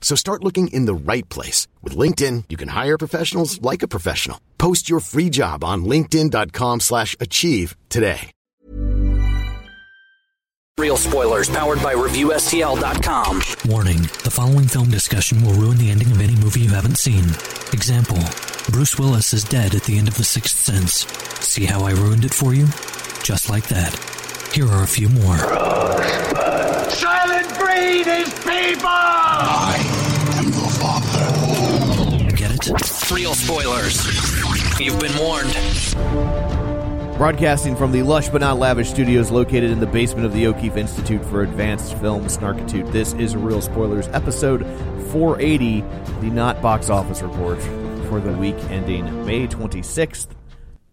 So start looking in the right place. With LinkedIn, you can hire professionals like a professional. Post your free job on linkedin.com slash achieve today. Real spoilers powered by ReviewSTL.com. Warning the following film discussion will ruin the ending of any movie you haven't seen. Example Bruce Willis is dead at the end of The Sixth Sense. See how I ruined it for you? Just like that. Here are a few more. Silent breed is people! I am the father. Get it? Real spoilers. You've been warned. Broadcasting from the lush but not lavish studios located in the basement of the O'Keefe Institute for Advanced Film Snarkitude, this is Real Spoilers, episode 480, the not box office report for the week ending May 26th,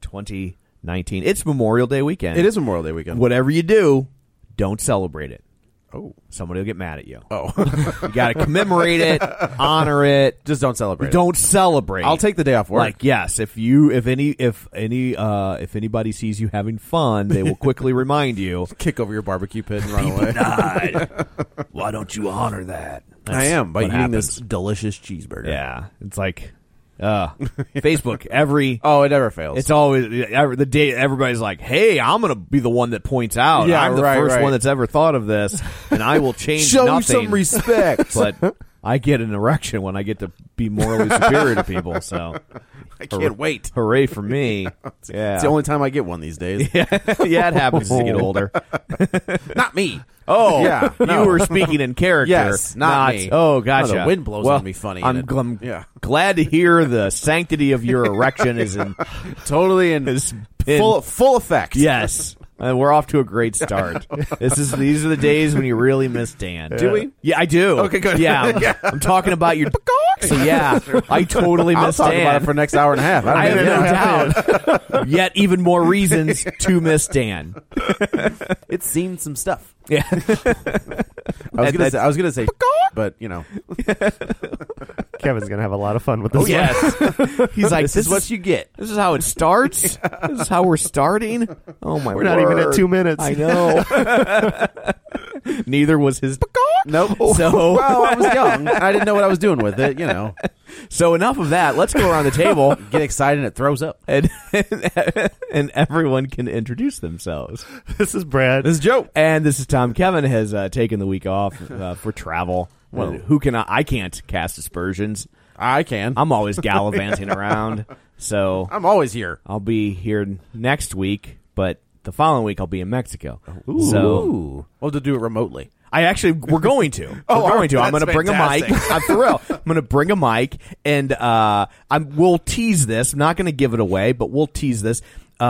2019. It's Memorial Day weekend. It is Memorial Day weekend. Whatever you do, don't celebrate it. Oh, somebody will get mad at you. Oh, you got to commemorate it, honor it. Just don't celebrate. Don't celebrate. I'll take the day off work. Like yes, if you, if any, if any, uh, if anybody sees you having fun, they will quickly remind you. Kick over your barbecue pit and run away. God, why don't you honor that? I am by what eating happens. this delicious cheeseburger. Yeah, it's like uh, Facebook. Every Oh, it never fails. It's always ever, the day everybody's like, "Hey, I'm going to be the one that points out. Yeah, I'm the right, first right. one that's ever thought of this, and I will change show you nothing." some respect. but I get an erection when I get to be morally superior to people. So I can't wait. hooray for me! Yeah, It's the only time I get one these days. yeah, it happens as you get older. Not me. Oh, Yeah, no. you were speaking in character. Yes, not me. Oh, gotcha. No, the wind blows well, on me funny, I'm, and it- glum- yeah. glad to hear the sanctity of your erection is in Totally in is in- full full effect. Yes. And we're off to a great start. this is these are the days when you really miss Dan. Do we? Yeah, I do. Okay, good. Yeah, I'm, I'm talking about your. so yeah, I totally I'll miss talk Dan. about it for next hour and a half. I I have don't no know. doubt. Yet even more reasons to miss Dan. It's seen some stuff. Yeah, I was That- gonna that's- say, I was gonna say, but you know, Kevin's gonna have a lot of fun with this. one. Oh, yes. He's like, this is what you get. This is how it starts. this is how we're starting. Oh my! We're not even at word. two minutes. I know. Neither was his. Nope. So Well, I was young. I didn't know what I was doing with it. You know, So enough of that. Let's go around the table get excited and it throws up. and and everyone can introduce themselves. This is Brad. is Joe, and this is Tom. Kevin has uh, taken the week off uh, for travel. Well, who can I? I can't cast aspersions. I can. I'm always gallivanting around, so I'm always here. I'll be here next week. But the following week, I'll be in Mexico. So Ooh. Well, to do it remotely. I actually we're going to. Oh, we're going to. I'm that's going to bring a mic. fantastic. I'm for real. I'm going to bring a mic, and uh, I'm we'll tease this. I'm not going to give it away, but we'll tease this. Uh,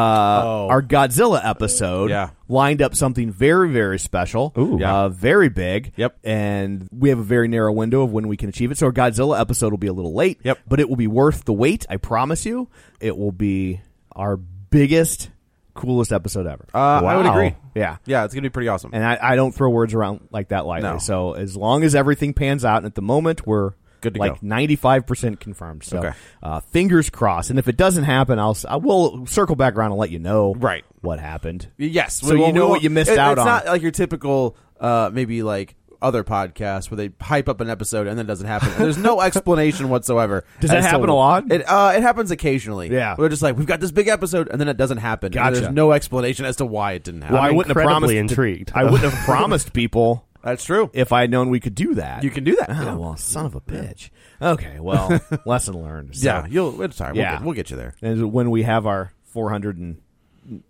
Our Godzilla episode Oh. Yeah. lined up something very, very special, Ooh. Uh, very big. Yep. And we have a very narrow window of when we can achieve it. So our Godzilla episode will be a little late. Yep. But it will be worth the wait. I promise you. It will be our biggest, coolest episode ever. Uh, I would Wow. agree. yeah. Yeah, it's gonna be pretty awesome. And I, I don't throw words around like that lightly. No. So as long as everything pans out, and at the moment we're Good to like go. ninety five percent confirmed. So Okay. uh, fingers crossed. And if it doesn't happen, I'll s- I will circle back around and let you know Right. what happened. Yes, so well, you know we- what you missed it- out it's on. not like your typical, uh, maybe like other podcasts where they hype up an episode and then it doesn't happen. There's no explanation whatsoever. Does that as to- happen a lot? It uh, it happens occasionally. Yeah. we're just like we've got this big episode and then it doesn't happen. and Gotcha. There's no explanation as to why it didn't happen. I wouldn't have promised. incredibly intrigued. I wouldn't have promised people That's true. if I had known we could do that. You can do that. Oh, Yeah. well, son of a bitch. Okay, well, lesson learned. So- yeah, you'll. It's all right. Yeah. We'll, get, we'll get you there. and when we have our 400 and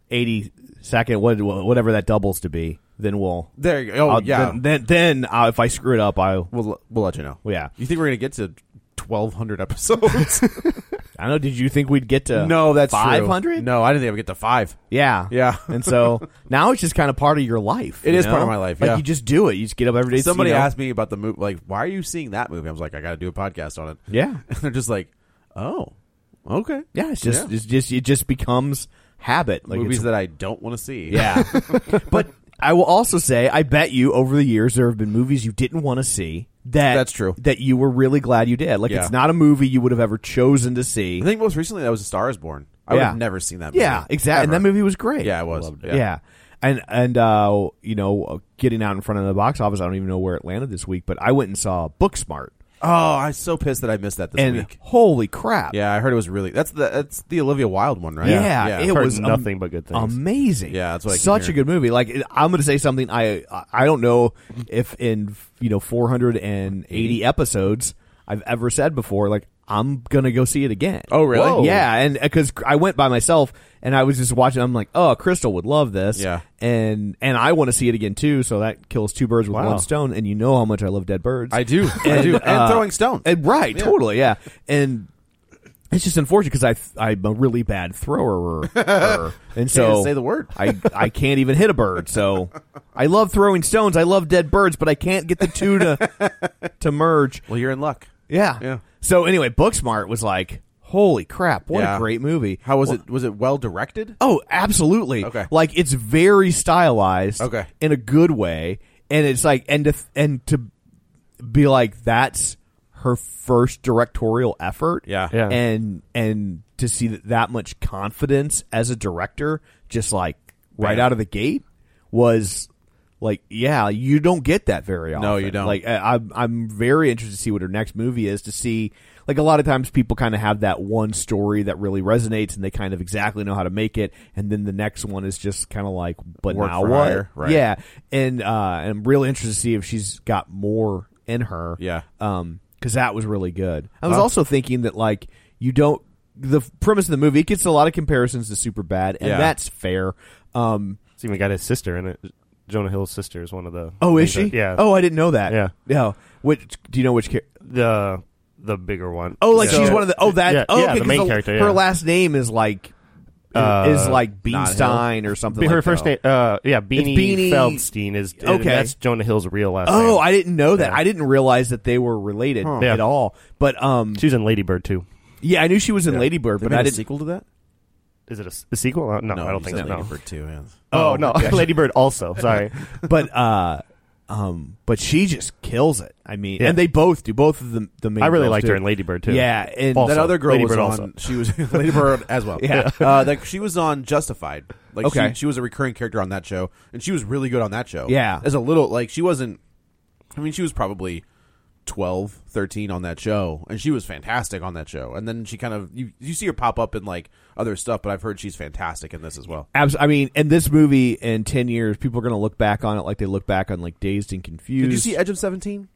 eighty second, what, whatever that doubles to be, then we'll. There you go. Oh I'll- yeah. Uh, Then then, then uh, if I screw it up, I'll. we'll we'll let you know. Yeah. You think we're gonna get to twelve hundred episodes? I don't know. Did you think we'd get to? no, that's five hundred. No, I didn't think I would get to five. Yeah. Yeah. and so now it's just kind of part of your life. It It is is part of my life, Like yeah. you just do it. You just get up every day. Somebody you know- asked me about the movie. Like, why are you seeing that movie? I was like, I got to do a podcast on it. Yeah. and they're just like, oh, okay. Yeah. It's just. Yeah. It's just. It just becomes habit. Like movies it's- that I don't want to see. Yeah. but I will also say, I bet you over the years there have been movies you didn't want to see that That's true. that you were really glad you did. Like Yeah. it's not a movie you would have ever chosen to see. I think most recently that was A Star Is Born. I would Yeah. have never seen that. movie. yeah, exactly. And Ever. that movie was great. Yeah, it was. Loved Yeah. Yeah. And and uh, you know, getting out in front of the box office, I don't even know where it landed this week, but I went and saw Booksmart. Oh, I'm so pissed that I missed that this and week. holy crap. Yeah, I heard it was really. That's the that's the Olivia Wilde one, right? Yeah, it heard was am- nothing but good things. Amazing. Yeah, that's what I keep such a hearing. good movie. Like it- I'm going to say something. I I- I don't know if in you know 480 Mm-hmm. episodes I've ever said before. Like I'm going to go see it again. Oh, really? Whoa. Yeah, and because I went by myself and I was just watching. I'm like, oh, Crystal would love this. Yeah. and and I want to see it again too. So that kills two birds with Wow. one stone. And you know how much I love dead birds. I do. I And, do. And uh, throwing stones. and- right, totally, yeah. And it's just unfortunate because I I'm a really bad thrower, and so say the word. I I can't even hit a bird. So I love throwing stones. I love dead birds, but I can't get the two to to merge. well, you're in luck. Yeah. Yeah. So anyway, Booksmart was like, holy crap, what Yeah. a great movie. How was Well- it? Was it well directed? Oh, absolutely. Okay. Like it's very stylized. Okay. In a good way, and it's like and to and to be like that's her first directorial effort. Yeah. Yeah. And and to see that, that much confidence as a director, just like right Bam. out of the gate, was like yeah, you don't get that very often. you don't. Like I, I'm I'm very interested to see what her next movie is to see. Like a lot of times, people kind of have that one story that really resonates, and they kind of exactly know how to make it, and then the next one is just kind of like, but Work now for what? hire, right. Yeah, and uh, and I'm really interested to see if she's got more in her. Yeah. um, because that was really good. I was also thinking that like you don't the premise of the movie it gets a lot of comparisons to Super Bad, and Yeah. that's fair. Um, It's even got his sister in it. Jonah Hill's sister is one of the. oh, is she? things that- yeah. Oh, I didn't know that. Yeah. Yeah. Which do you know which character? the the bigger one. Oh, like So- she's one of the. Oh, that. Yeah, oh, yeah, okay, the 'cause main character. Her yeah. last name is like Uh, is like not Beanstein or something. Her like first that. name, uh, yeah, Beanie, Beanie- Feldstein is Okay. okay. That's Jonah Hill's real last name. Oh, I didn't know that. Yeah. I didn't realize that they were related Yeah. at all. But um, she's in Lady Bird too. yeah, I knew she was in Lady Bird, but I didn't. sequel to that. Is it a, s- a sequel? Uh, no, I don't think so. No. For two, yeah. Oh, no, Lady Bird also. Sorry, But uh, um, but she just kills it. I mean, Yeah. and they both do. Both of them. The main. I really girls liked do. her in Lady Bird too. Yeah, and Also, that other girl Lady was Bird on. also. She was Lady Bird as well. Yeah. uh, like she was on Justified. Like Okay. she, she was a recurring character on that show, and she was really good on that show. Yeah. as a little like she wasn't. I mean, she was probably 12, 13 on that show, and she was fantastic on that show. And then she kind of you you see her pop up in like other stuff, but I've heard she's fantastic in this as well. Abs- I mean, and this movie in ten years, people are going to look back on it like they look back on like Dazed and Confused. Did you see Edge of Seventeen?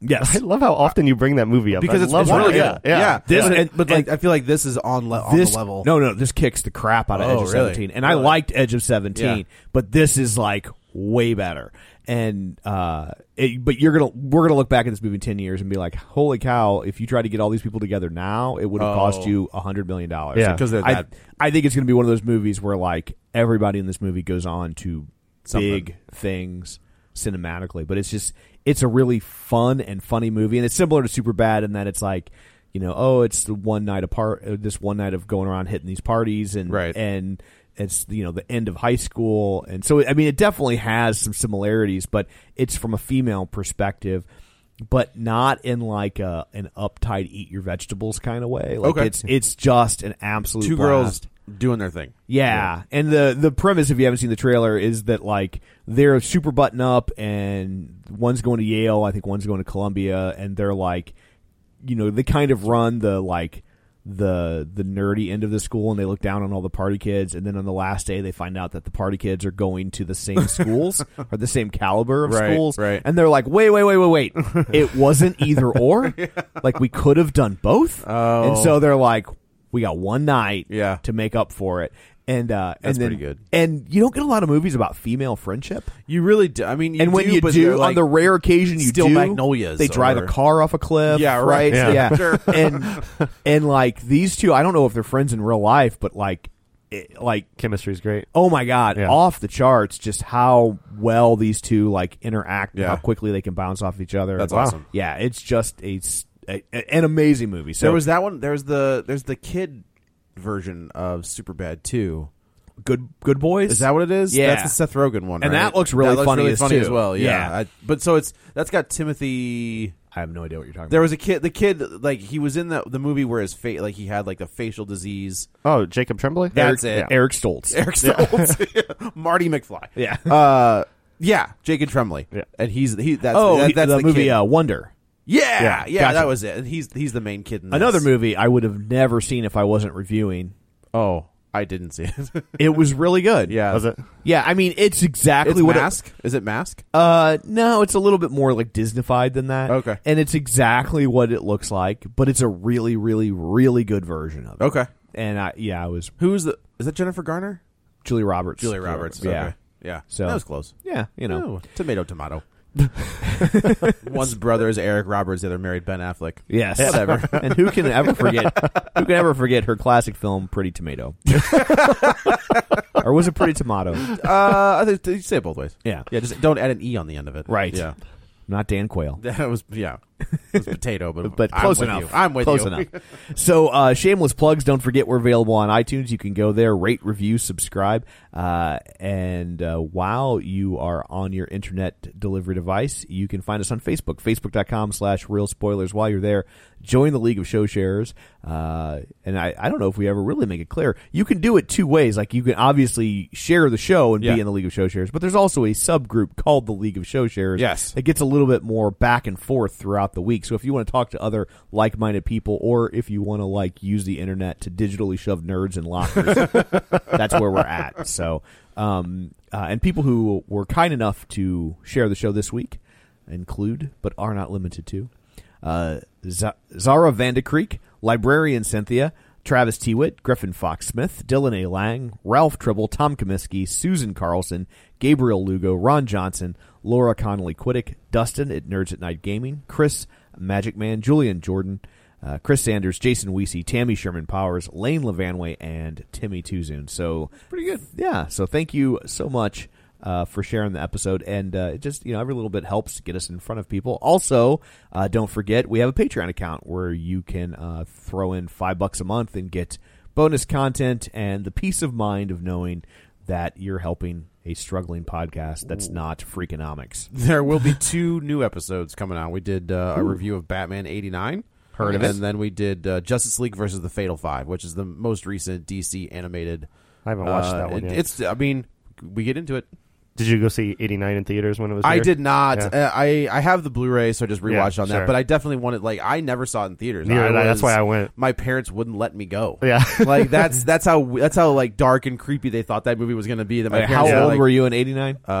Yes, I love how often you bring that movie up Because I it's, love it's that. really good. Yeah, yeah. This- but, and- but like I feel like this is on le- on this the level. no no this kicks the crap out of Oh, edge of really? 17 and i Really? liked edge of 17 Yeah. but this is like way better and uh it, but you're gonna we're gonna look back at this movie in 10 years and be like holy cow if you tried to get all these people together now it would have cost Oh. you a hundred million dollars Yeah. Because they're I, that- I think it's gonna be one of those movies where like everybody in this movie goes on to Something. big things cinematically but it's just it's a really fun and funny movie and it's similar to superbad in that it's like you know oh it's the one night apart uh, this one night of going around hitting these parties and Right. and it's you know the end of high school and so i mean it definitely has some similarities but it's from a female perspective but not in like a an uptight eat your vegetables kind of way like Okay. it's it's just an absolute two blast. girls doing their thing. Yeah. And the the premise, if you haven't seen the trailer, is that like they're super button up, and one's going to Yale, I think one's going to Columbia, and they're like, you know, they kind of run the like the the nerdy end of the school, and they look down on all the party kids, and then on the last day they find out that the party kids are going to the same schools or the same caliber of Right, schools, right. And they're like, wait, wait, wait, wait, wait, it wasn't either or, like we could have done both, and so they're like. We got one night Oh. Yeah. to make up for it. And uh, and That's then, pretty good. And you don't get a lot of movies about female friendship. You really do. I mean, you and when do, you but do, they're, like, on the rare occasion you Steel do, Magnolias they drive a or- car off a cliff. Yeah, right. Yeah, Yeah. yeah. and and like these two, I don't know if they're friends in real life, but like, it, like Chemistry's great. oh my god, Yeah. off the charts, just how well these two like interact, and Yeah. how quickly they can bounce off each other. That's Wow. awesome. Yeah, it's just a, s- a- a- an amazing movie. So there was that one. There's the there's the kid version of Superbad two. good good boys. Is that what it is? Yeah. that's the Seth Rogen one, And right? that looks really funny as too. as well. Yeah, Yeah. I- but so it's that's got Timothy. I have no idea what you're talking There was a kid. The kid like he was in the the movie where his face like he had like the facial disease. Oh, Jacob Tremblay. That's about. it. Eric Stoltz. Eric Stoltz, Marty McFly. Yeah. uh, yeah, Jacob Tremblay. Yeah. and he's he. That's, oh, that- he- that's the, movie kid. uh, Wonder. yeah, yeah, yeah, gotcha. that was it. And he's he's the main kid. in this. Another movie I would have never seen if I wasn't reviewing. Oh, I didn't see it. It was really good. yeah, Was it? Yeah, I mean it's exactly It's what it- mask. Is it mask? uh no, it's a little bit more like Disneyfied than that. Okay. And it's exactly what it looks like, but it's a really really really good version of it. Okay. And I yeah, I was Who's the? Is that Jennifer Garner? Julie Roberts. Julia Roberts. Yeah. okay. yeah. So- that was close. Yeah, you know. Oh, tomato, tomato. One's brother is Eric Roberts. The other married Ben Affleck. Yes. Whatever. and who can ever forget who can ever forget her classic film Pretty Tomato? or was it Pretty Tomato? Uh, I think you say it both ways. Yeah. yeah. Just don't add an e on the end of it. Right. Yeah. Not Dan Quayle. That was yeah. It was potato, but but I'm close with enough. you. I'm with close you. enough. So, uh, shameless plugs. Don't forget we're available on iTunes. You can go there, rate, review, subscribe, uh, and uh, while you are on your internet delivery device, you can find us on Facebook, Facebook.com/slash Real Spoilers. While you're there, join the League of Show Sharers. Uh, and I, I don't know if we ever really make it clear. You can do it two ways. Like you can obviously share the show and Yeah. be in the League of Show Sharers, but there's also a subgroup called the League of Show Sharers. Yes. It gets a little bit more back and forth throughout the week. So if you want to talk to other like-minded people, or if you want to like use the internet to digitally shove nerds in lockers, that's where we're at. So, um, uh, and people who were kind enough to share the show this week include, but are not limited to, uh, Z- Zara Vandekreek, librarian Cynthia. Travis Tewitt, Griffin Fox Smith, Dylan A. Lang, Ralph Tribble, Tom Comiskey, Susan Carlson, Gabriel Lugo, Ron Johnson, Laura Connolly Quiddick, Dustin at Nerds at Night Gaming, Chris Magic Man, Julian Jordan, uh, Chris Sanders, Jason Weesey, Tammy Sherman Powers, Lane Levanway, and Timmy Tuzoon. So pretty good, yeah. So thank you so much uh, for sharing the episode, and uh, it just you know every little bit helps get us in front of people. Also, uh, don't forget we have a Patreon account where you can uh, throw in five bucks a month and get bonus content and the peace of mind of knowing that you're helping a struggling podcast that's not Freakonomics. There will be two new episodes coming out. We did uh, a review of Batman '89. Heard of and it. then we did uh, Justice League versus the Fatal Five, which is the most recent DC animated. I haven't watched that one Uh, it- yet. It's. I mean, we get into it. Did you go see 89 in theaters when it was? I there? did not. Yeah. Uh, I I have the Blu-ray, so I just rewatched Yeah, on that. sure. But I definitely wanted. Like, I never saw it in theaters. Neither I did I. That's was- why I went. My parents wouldn't let me go. Yeah. like that's that's how that's how like dark and creepy they thought that movie was going to be. That my Like, how parents were old like- were you in '89? Uh,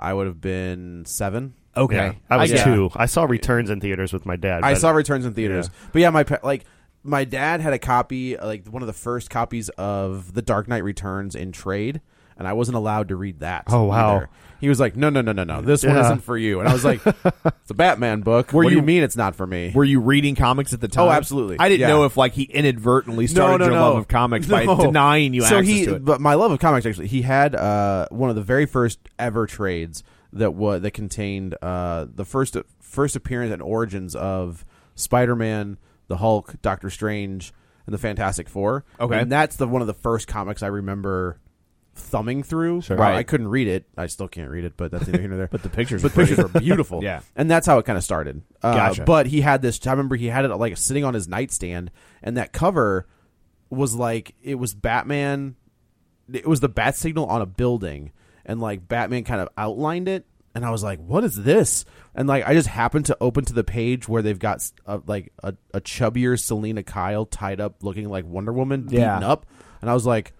I would have been seven. Okay, Yeah. I was I- yeah. two. I saw Returns in theaters with my dad. I but- saw Returns in theaters, but yeah, my pa- like my dad had a copy, uh, like one of the first copies of The Dark Knight Returns in trade, and I wasn't allowed to read that. Oh, wow. either. He was like, "No, no, no, no, no. This one Yeah. isn't for you." And I was like, "It's a Batman book. what do you- you mean it's not for me?" Were you reading comics at the time? Oh, absolutely. I didn't Yeah. know if like he inadvertently started your love of comics No. by denying you so access he, to it. But my love of comics actually, he had uh, one of the very first ever trades that was that contained uh, the first first appearance and origins of Spider Man, the Hulk, Doctor Strange, and the Fantastic Four. Okay. and that's the one of the first comics I remember thumbing through. Right. I couldn't read it. I still can't read it, but that's neither here nor there. But the pictures but were pictures were pretty. beautiful. Yeah. and that's how it kind of started. Uh, Gotcha. But he had this. I remember he had it like sitting on his nightstand, and that cover was like it was Batman. It was the bat signal on a building, and like Batman kind of outlined it. And I was like, "What is this?" And like, I just happened to open to the page where they've got uh like a, a chubbier Selena Kyle tied up, looking like Wonder Woman, Yeah. beaten up, and I was like,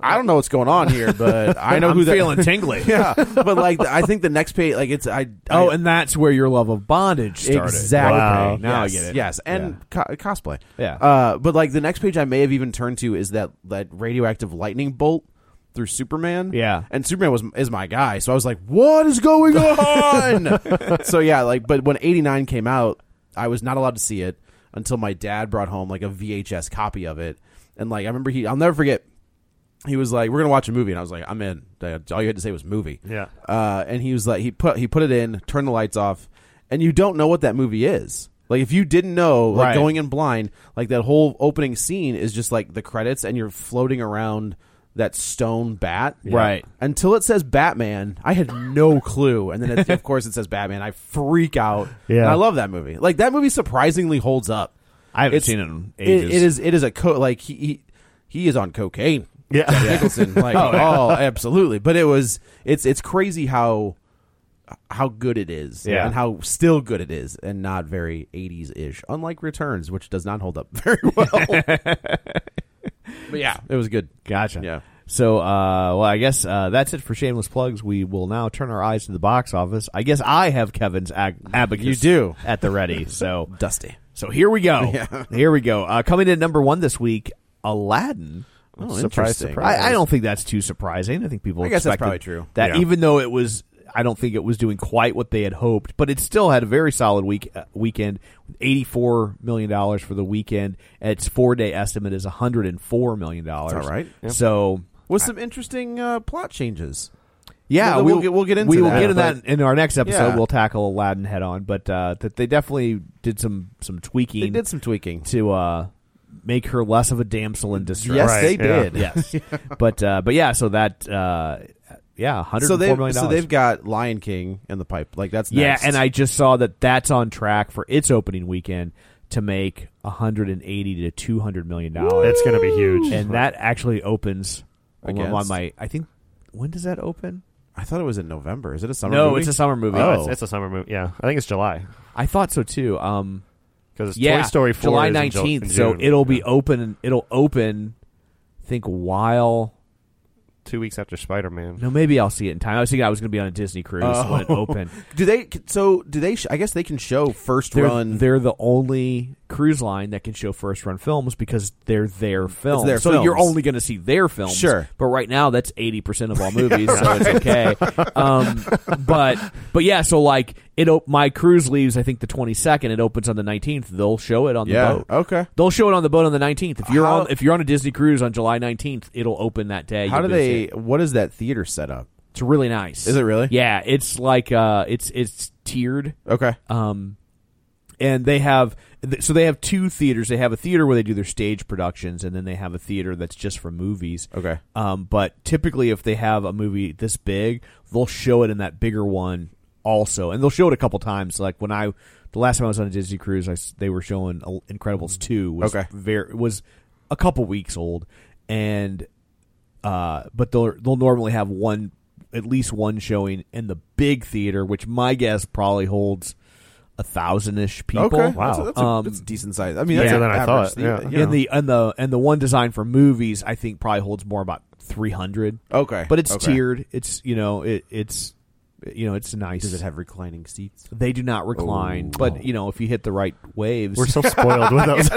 I don't know what's going on here, but I know I'm who that- feeling tingly. yeah, but like I think the next page, like it's I. Oh, I- and that's where your love of bondage started. Exactly. Wow. Now yes, I get it. Yes, and co- cosplay. Yeah. Uh, but like the next page, I may have even turned to is that that radioactive lightning bolt through Superman. Yeah. and Superman was is my guy, so I was like, what is going on? so yeah, like, but when eighty nine came out, I was not allowed to see it until my dad brought home like a VHS copy of it, and like I remember he, I'll never forget. He was like, "We're gonna watch a movie," and I was like, "I'm in." Dad, All you had to say was "movie." Yeah. uh, and he was like he put he put it in, turned the lights off, and you don't know what that movie is. Like if you didn't know, like Right. going in blind, like that whole opening scene is just like the credits, and you're floating around that stone bat, Right. Until it says Batman, I had no clue, and then it, of course it says Batman. I freak out. Yeah. and I love that movie. Like that movie surprisingly holds up. I haven't It's- seen it in It- ages. it is it is a co- like he, he he is on cocaine. Yeah. Jack Nicholson, like oh, absolutely. But it was it's it's crazy how how good it is, Yeah. and how still good it is, and not very eighties ish. Unlike Returns, which does not hold up very well. but yeah, it was good. Gotcha. Yeah. So, uh, well, I guess uh, that's it for shameless plugs. We will now turn our eyes to the box office. I guess I have Kevin's ag- abacus. You do. at the ready. So, Dusty. so here we go. Here we go. Uh, coming in at number one this week, Aladdin. Oh, Surprise, interesting. surprise. I, I don't think that's too surprising. I think people. I guess that's expected probably true. That Yeah. even though it was, I don't think it was doing quite what they had hoped, but it still had a very solid week uh, weekend. Eighty four million dollars for the weekend. Its four day estimate is one hundred and four million dollars. That's all right. So With some interesting uh, plot changes. yeah, We'll- we we'll get- we'll get into we will that, get in but- that in our next episode. Yeah. We'll tackle Aladdin head on, but uh, that they definitely did some some tweaking They did some tweaking. to uh, make her less of a damsel in distress. Yes, Right, they yeah. did. yes, but uh, but yeah, so that uh, yeah, one hundred So four million they've so they've got Lion King in the pipe. Like that's yeah, next. and I just saw that that's on track for its opening weekend to make one hundred and eighty to two hundred million dollars, It's gonna be huge. and that actually opens on my- Against? my. I think when does that open? I thought it was in November. Is it a summer? no, movie? it's a summer movie. Oh, I It's, it's a summer movie. Yeah, I think it's July thought so too. Um, because it's yeah, Toy Story Four. July is in Ju- nineteenth. in So June. it'll be Yeah. open. It'll open. I think while two weeks after Spider Man. no, maybe I'll see it in time. I was thinking I was going to be on a Disney cruise Oh. when it opened. do they? So do they? Sh- I guess they can show 1st They're, run. they're the only cruise line that can show first run films because they're their films. their so you're films. only going to see their films. Sure. But right now that's 80% of all movies, so it's okay. Um, but but yeah, so like it op- my cruise leaves I think the 22nd, it opens on the 19th. They'll show it on Yeah, the boat. okay. They'll show it on the boat on the 19th. If you're How- on if you're on a Disney cruise on July 19th, it'll open that day. How do You'll be able to see it. they? What is that theater set up? It's really nice. Is it really? Yeah, it's like uh it's it's tiered. Okay. Um, and they have th- so they have two theaters. They have a theater where they do their stage productions, and then they have a theater that's just for movies. Okay. Um, but typically, if they have a movie this big, they'll show it in that bigger one also, and they'll show it a couple times. Like when I the last time I was on a Disney cruise, I s they were showing uh, Incredibles two. Was Okay. Very was a couple weeks old, and uh, but they'll they'll normally have one at least one showing in the big theater, which my guess probably holds a thousand ish people. Okay. That's a, that's a, Um, that's a decent size. I mean, that's Yeah. an than I average thought, theater, yeah. you know. And the and the and the one designed for movies, I think probably holds more about three hundred. Okay. but it's Okay. tiered. It's you know it it's you know it's nice. Does it have Oh. reclining seats? they do not recline, but you know if you hit the right waves, We're so spoiled with those.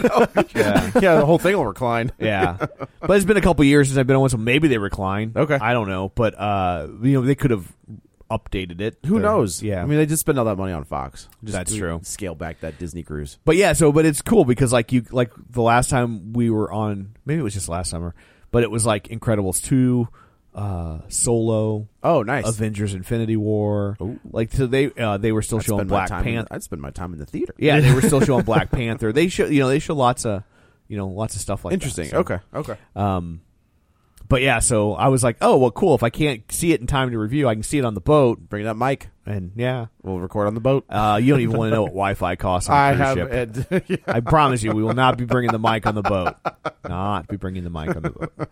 Yeah. yeah. The whole thing will recline. yeah. But it's been a couple years since I've been on one, so maybe they recline. Okay. I don't know, but uh, you know they could have updated it. Who They're- knows? Yeah, I mean, they just spend all that money on Fox. Just That's true. Scale back that Disney cruise. But yeah, so but it's cool because like you like the last time we were on, maybe it was just last summer, but it was like Incredibles two, uh, Solo, Oh, nice. Avengers Infinity War. Like so they uh, they were still I'd showing spend my Black time in- Panther. I'd spend my time in the theater. Yeah, they were still showing Black Panther. They show you know they show lots of you know lots of stuff like that, Interesting. so. Okay. Okay. Um, but yeah, so I was like, oh well, cool. If I can't see it in time to review, I can see it on the boat. Bring that mic. And yeah, We'll record on the boat. uh, you don't even want to know what Wi-Fi costs. On a cruise ship. Ed. I promise you, we will not be bringing the mic on the boat. Not be bringing the mic on the boat.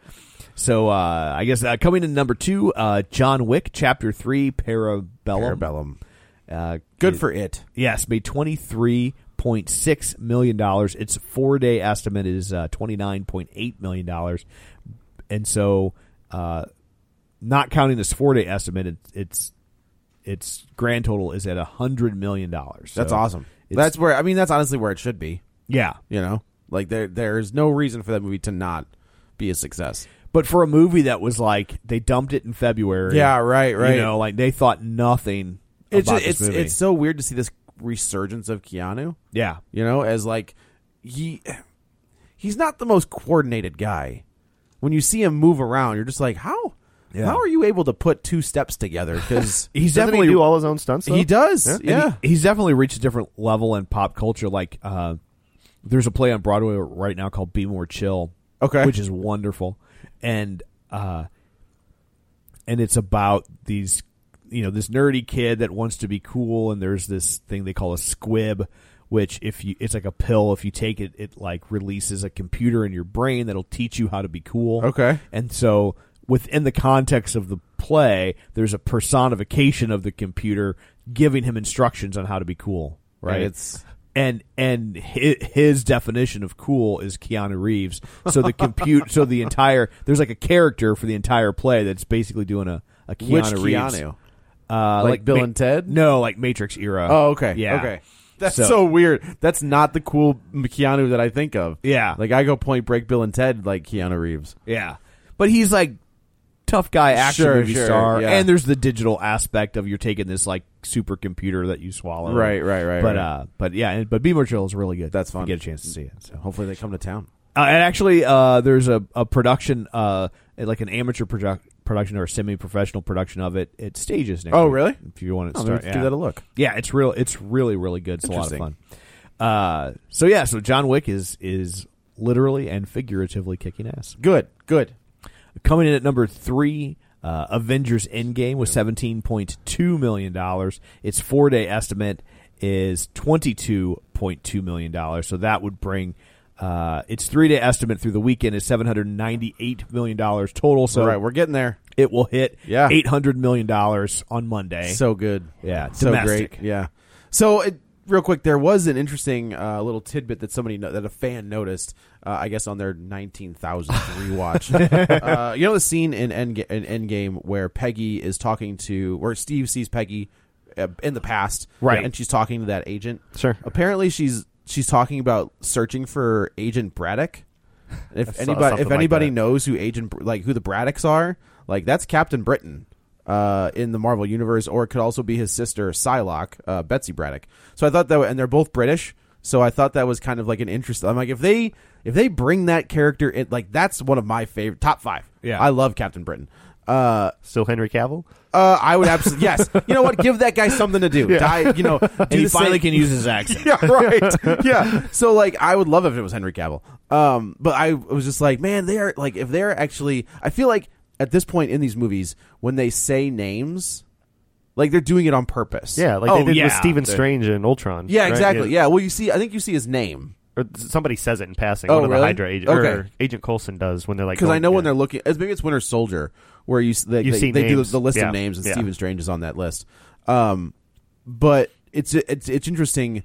So uh, I guess uh, coming in number two, uh, John Wick Chapter Three, Parabellum. Parabellum. Uh, Good it- for it. yes, made twenty three point six million dollars. Its four day estimate is uh, twenty nine point eight million dollars, and so Uh, not counting this four day estimate, it, it's its grand total is at a hundred million dollars. That's awesome. it's- That's where I mean that's honestly where it should be. Yeah, You know, like there there is no reason for that movie to not be a success. but for a movie that was like they dumped it in February. right, You know, like they thought nothing it's about just, this it's movie. it's so weird to see this resurgence of Keanu. yeah, You know, as like he he's not the most coordinated guy. When you see him move around, you're just like, how Yeah. how are you able to put two steps together? Because he's Doesn't definitely he do all his own stunts? Though? he does. Yeah, And he- he's definitely reached a different level in pop culture. Like, uh, there's a play on Broadway right now called "Be More Chill," Okay. which is wonderful, and uh, and it's about these, you know, this nerdy kid that wants to be cool, and there's this thing they call a squib, which if you, it's like a pill. If you take it, it like releases a computer in your brain that'll teach you how to be cool. Okay. And so, within the context of the play, there's a personification of the computer giving him instructions on how to be cool. Right. And it's- and and hi- his definition of cool is Keanu Reeves. So the compute, so the entire there's like a character for the entire play that's basically doing a a Keanu which Reeves. Keanu? Uh, Like Bill and Ted? No, like Matrix era. Oh, okay. Yeah. Okay. That's So- so, weird. That's not the cool Keanu that I think of. Yeah. Like I go Point Break, Bill and Ted, like Keanu Reeves. Yeah, but he's like tough guy action Sure, movie sure, star, yeah. and there's the digital aspect of you're taking this like supercomputer that you swallow. Right, right, right, But right. uh, but yeah, and, but Be More Chill is really good. That's if you fun. Mm-hmm. Get a chance to see it. So Hopefully they come to town. uh, and actually, uh, there's a, a production, uh, like an amateur produ- production or semi professional production of it. It stages next. Oh, week, really? If you want to Oh, start, let's yeah. give that a look. Yeah, it's real. It's really really good. It's a lot of fun. Interesting. Uh, so yeah, so John Wick is is literally and figuratively kicking ass. Good. Good. Coming in at number three, uh, Avengers Endgame with seventeen point two million dollars. Its four day estimate is twenty two point two million dollars. So that would bring uh, its three day estimate through the weekend is seven hundred ninety eight million dollars total. So All right, we're getting there. it will hit Yeah. eight hundred million dollars on Monday. So good. Yeah, So domestic. great. Yeah. So it, real quick, there was an interesting uh, little tidbit that somebody no- that a fan noticed. Uh, I guess on their nineteen thousandth rewatch. uh, you know the scene in Endga- in Endgame where Peggy is talking to where Steve sees Peggy uh, in the past, Right. And she's talking to that agent. Sure. Apparently, she's she's talking about searching for Agent Braddock. If saw anybody, something if like anybody that. knows who Agent Br- like who the Braddocks are, like that's Captain Britain uh, in the Marvel universe, or it could also be his sister Psylocke, uh, Betsy Braddock. So I thought that, and they're both British. So I thought that was kind of like an interest. I'm like, if they if they bring that character, in, like that's one of my favorite top five. Yeah. I love Captain Britain. Uh, Still Henry Cavill. uh, I would absolutely yes. You know what? Give that guy something to do. Die. You know, do and he the finally same- can use his accent. yeah, right. yeah. So like I would love if it was Henry Cavill. Um but I was just like, man, they are like if they're actually I feel like at this point in these movies when they say names like they're doing it on purpose. Yeah, like Oh, they did yeah. with Stephen Strange and Ultron. Yeah, right? exactly. Yeah. well you see I think you see his name Or somebody says it in passing. Oh, One of the really? Hydra agents. Or Okay. Agent Coulson does when they're like. cuz I going- know when yeah. they're looking it's maybe it's Winter Soldier where you s- they, You they, see they do names. the, the list Yeah. of names and Yeah. Stephen Strange is on that list. Um but it's it's it's interesting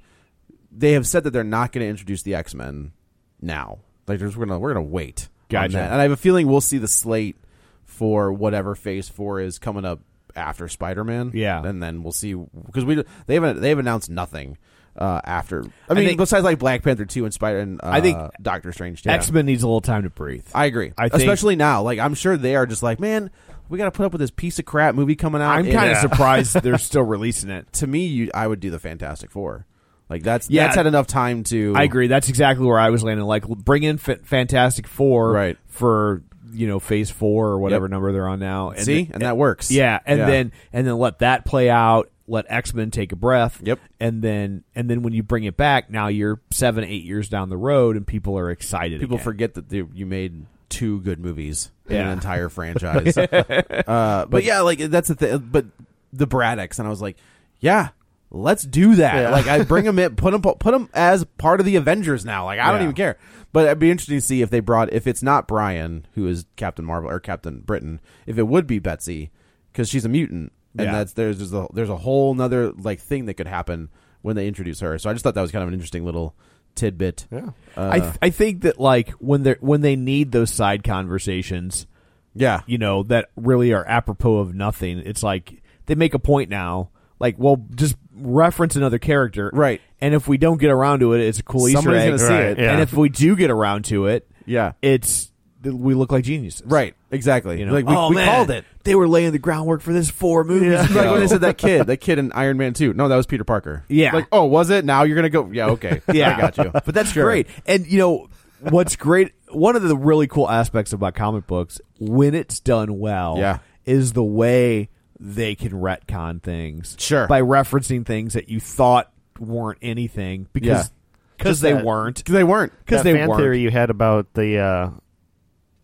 they have said that they're not going to introduce the X Men now. Like there's we're gonna we're gonna wait. on Gotcha. that. And I have a feeling we'll see the slate for whatever Phase Four is coming up after Spider Man. Yeah. and then we'll see because we they haven't they have announced nothing uh, after. I mean, think- besides like Black Panther two and Spider and uh, I think Doctor Strange. too. X Men needs a little time to breathe. I agree. I think- Especially now, like I'm sure they are just like, man, we got to put up with this piece of crap movie coming out. I'm in- kind of surprised they're still releasing it. To me, you, I would do the Fantastic Four. Like that's Yeah. that's had enough time to. I agree. That's exactly where I was landing. Like, l- bring in Fa- Fantastic Four, Right. For you know, Phase Four or whatever Yep. number they're on now. And See, then- and that works. yeah, and then and then let that play out. Let X Men take a breath. Yep. And then and then when you bring it back, now you're seven, eight years down the road, and people are excited. people again. forget that they, you made two good movies in Yeah. an entire franchise. uh, but, yeah, like that's the thing. But the Braddocks, and I was like, yeah, let's do that. Like I bring them in, put them, put them as part of the Avengers now. Like I don't Yeah. even care. But it'd be interesting to see if they brought if it's not Brian who is Captain Marvel or Captain Britain, if it would be Betsy because she's a mutant, and Yeah. that's there's just a, there's a whole nother like thing that could happen when they introduce her. So I just thought that was kind of an interesting little tidbit. Uh, Yeah. I th- I think that like when they are when they need those side conversations, Yeah. you know, that really are apropos of nothing. It's like they make a point now, like, well, just reference another character, Right. And if we don't get around to it, it's a cool Somebody's Easter egg, gonna see Right, it. yeah. And if we do get around to it, Yeah. it's we look like geniuses, Right. Exactly. You know, Like we, "Oh, we man, called it. They were laying the groundwork for this four movies. Like when ago." they said that kid, that kid in Iron Man Two. No, that was Peter Parker. Yeah. Like, oh, was it? Now you're gonna go. Yeah. Okay. yeah, I got you. But that's great. And you know what's great? One of the really cool aspects about comic books, when it's done well, Yeah. is the way they can retcon things. Sure. by referencing things that you thought weren't anything Yeah. because because they that- weren't. 'Cause they weren't. Because That they fan weren't. theory you had about the uh,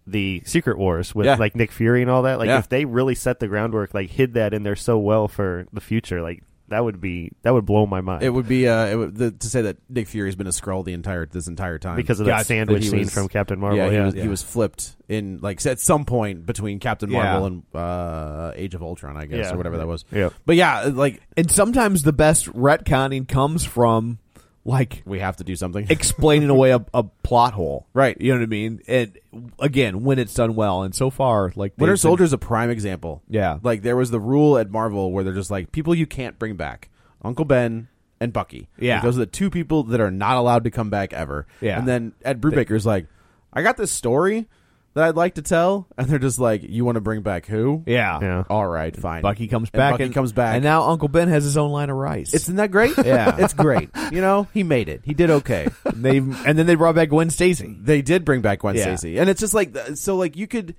the Secret Wars with Yeah. like Nick Fury and all that. Like Yeah. if they really set the groundwork, like hid that in there so well for the future, like that would be that would blow my mind. It would be uh, it would, the, to say that Nick Fury has been a scroll the entire this entire time Because of that Gotcha. sandwich he scene from Captain Marvel, Yeah, he, yeah. Was, he Yeah. was flipped in like at some point between Captain Yeah. Marvel and uh, Age of Ultron, I guess, Yeah. or whatever that was. Yeah. but yeah, like And sometimes the best retconning comes from like we have to do something. explaining away a, a plot hole. Right. You know what I mean? And again, when it's done well, and so far, like Winter they've been- Soldier's a prime example. Yeah. Like there was the rule at Marvel where they're just like people you can't bring back. Uncle Ben and Bucky. Yeah. Like, those are the two people that are not allowed to come back ever. Yeah. And then Ed Brubaker's like, I got this story that I'd like to tell and they're just like, You want to bring back who? Yeah. Yeah. All right, fine. Bucky comes back. And Bucky comes back. and now Uncle Ben has his own line of rice. isn't that great? Yeah. It's great. You know, he made it. He did okay. and they and then they brought back Gwen Stacy. they did bring back Gwen Yeah. Stacy, and it's just like so. Like you could,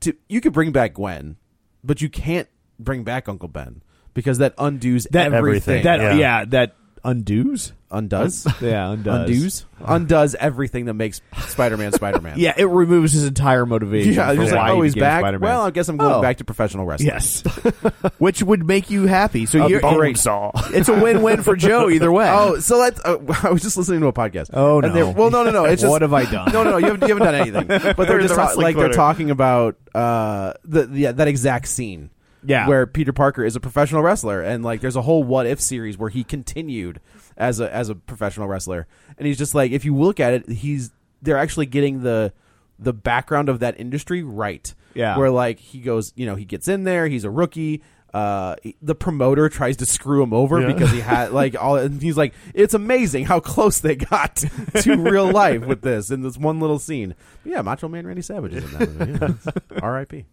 to you could bring back Gwen, but you can't bring back Uncle Ben because that undoes everything. everything. That yeah. Yeah. that undoes. undoes, Yeah, undoes. undoes, undoes everything that makes Spider-Man Spider-Man. Yeah, it removes his entire motivation. yeah. for You're just why like, he oh, he's became back. Spider-Man. Well, I guess I'm going Oh. back to professional wrestling. Yes, which would make you happy. So A you're bone saw. It's a win-win for Joe either way. Oh, so that's. Uh, I was just listening to a podcast. Oh, no. And they- Well, no, no, no. It's just, What have I done? No, no, no. You haven't, you haven't done anything. But they're Where's just the ta- wrestling like they're Twitter? talking about uh the yeah that exact scene. Yeah. where Peter Parker is a professional wrestler, and like there's a whole what if series where he continued as a as a professional wrestler, and he's just like if you look at it, he's they're actually getting the the background of that industry right. Yeah. where like he goes, you know, he gets in there, he's a rookie. Uh, he- the promoter tries to screw him over Yeah. because he had like all, and he's like, it's amazing how close they got to real life with this in this one little scene. But yeah, Macho Man Randy Savage is in that movie. Yeah. R.I.P.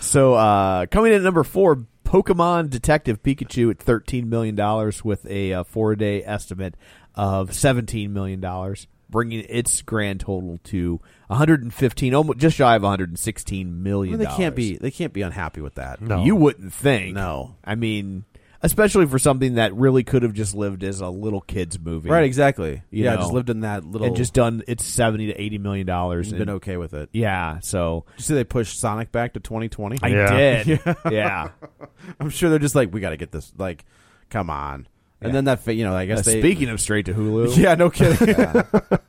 So uh, coming in at number four, Pokemon Detective Pikachu at thirteen million dollars with a uh, four-day estimate of seventeen million dollars, bringing its grand total to one hundred and fifteen, almost just shy of one hundred and sixteen I million. mean, they can't be they can't be unhappy with that. No. You wouldn't think. No. I mean, especially for something that really could have just lived as a little kids movie, Right, exactly. You yeah, know, just lived in that little And just done its seventy to eighty million dollars. been okay with it. Did Yeah. So you see they pushed Sonic back to 2020? I Yeah. did. yeah. I'm sure they're just like we got to get this like come on. And then that fa- you know, I guess Uh, they Speaking of straight to Hulu, Yeah, no kidding.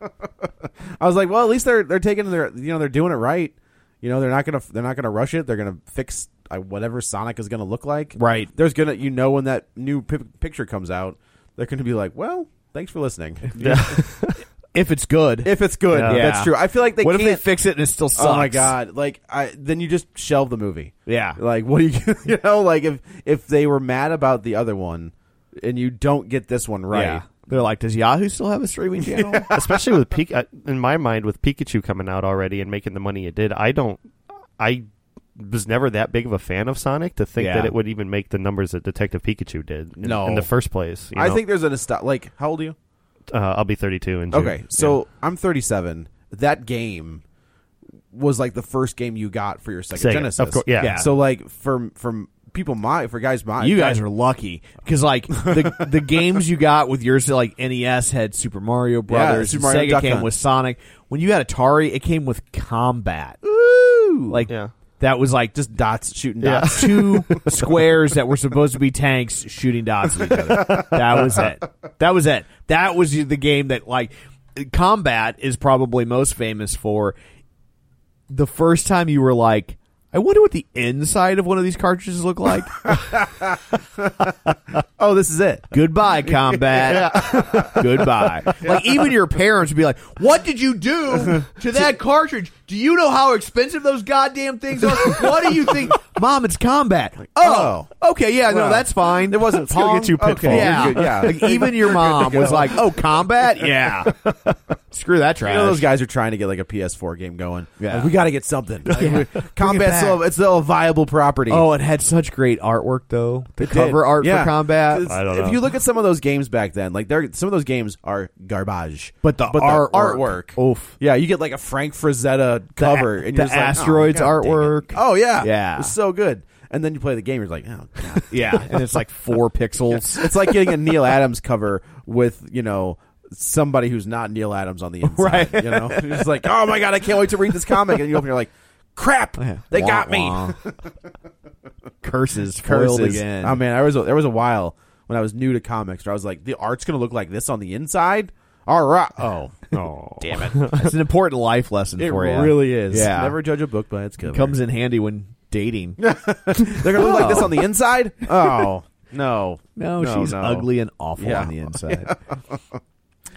I was like, well, at least they're they're taking their you know, they're doing it right. You know, they're not going to they're not going to rush it. They're going to fix uh, whatever Sonic is going to look like. Right. There's going to you know when that new pi picture comes out, they're going to be like, well, thanks for listening. if it's good, if it's good, Yeah. that's true. I feel like they what if can't they fix it and it still sucks? Oh my god! Like I then you just shelve the movie. Yeah. Like what do you you know like if if they were mad about the other one and you don't get this one right. Yeah. They're like, does Yahoo still have a streaming channel? especially with Pik- uh, in my mind with Pikachu coming out already and making the money it did. I don't. I was never that big of a fan of Sonic to think Yeah. that it would even make the numbers that Detective Pikachu did. In, No. in the first place. you I know? think there's an ast- like how old are you? uh, I'll be 32 in June. Okay, so I'm 37. That game was like the first game you got for your Sega, Sega, Genesis. of cour- yeah. Yeah. So like from from people my for guys my you guys are lucky because like the the games you got with yours like NES had Super Mario Brothers, Super Mario Sega Duck came Hunt. with Sonic. When you had Atari, it came with Combat. Like Yeah. that was like just dots shooting Yeah. dots. two squares that were supposed to be tanks shooting dots at each other. That was it. That was it. That was the game that like combat is probably most famous for. The first time you were like, I I wonder what the inside of one of these cartridges look like. oh, this is it. Goodbye, combat. Goodbye. Like even your parents would be like, "What did you do to that cartridge? Do you know how expensive those goddamn things are? What do you think, Mom? It's combat. oh, okay, yeah, no, that's fine. There wasn't gonna get you Pitfall. You're yeah, good, yeah. Like, even your mom was like, "Oh, combat. Yeah, screw that trash." You know those guys are trying to get like a PS4 game going. Yeah. Like, we got to get something. Like, we- Bring it Combat's back. still, it's still a viable property. Oh, it had such great artwork though. The It did. cover art Yeah. for combat. It's- I don't know. If you look at some of those games back then, like they're some of those games are garbage. But the artwork. artwork- Oof. yeah, you get like a Frank Frazetta cover, and the you're just like, oh, asteroids God dang it. artwork. Oh yeah, Yeah. it's so good. And then you play the game, you're like, oh God. Yeah, and it's like four pixels. it's like getting a Neil Adams cover with you know somebody who's not Neil Adams on the inside. Right. You know, You're just like, oh my God, I can't wait to read this comic, and you open, you're like, crap, they Wah, got me. wah. Curses, curses. foiled again. Oh man, there was a, there was a while when I was new to comics where I was like, the art's gonna look like this on the inside. All right. Oh, Oh, damn it! it's an important life lesson It for you. really is. Yeah, Never judge a book by its cover. comes in handy when dating. They're gonna look like this on the inside. Oh no, No, she's no. ugly and awful Yeah. on the inside.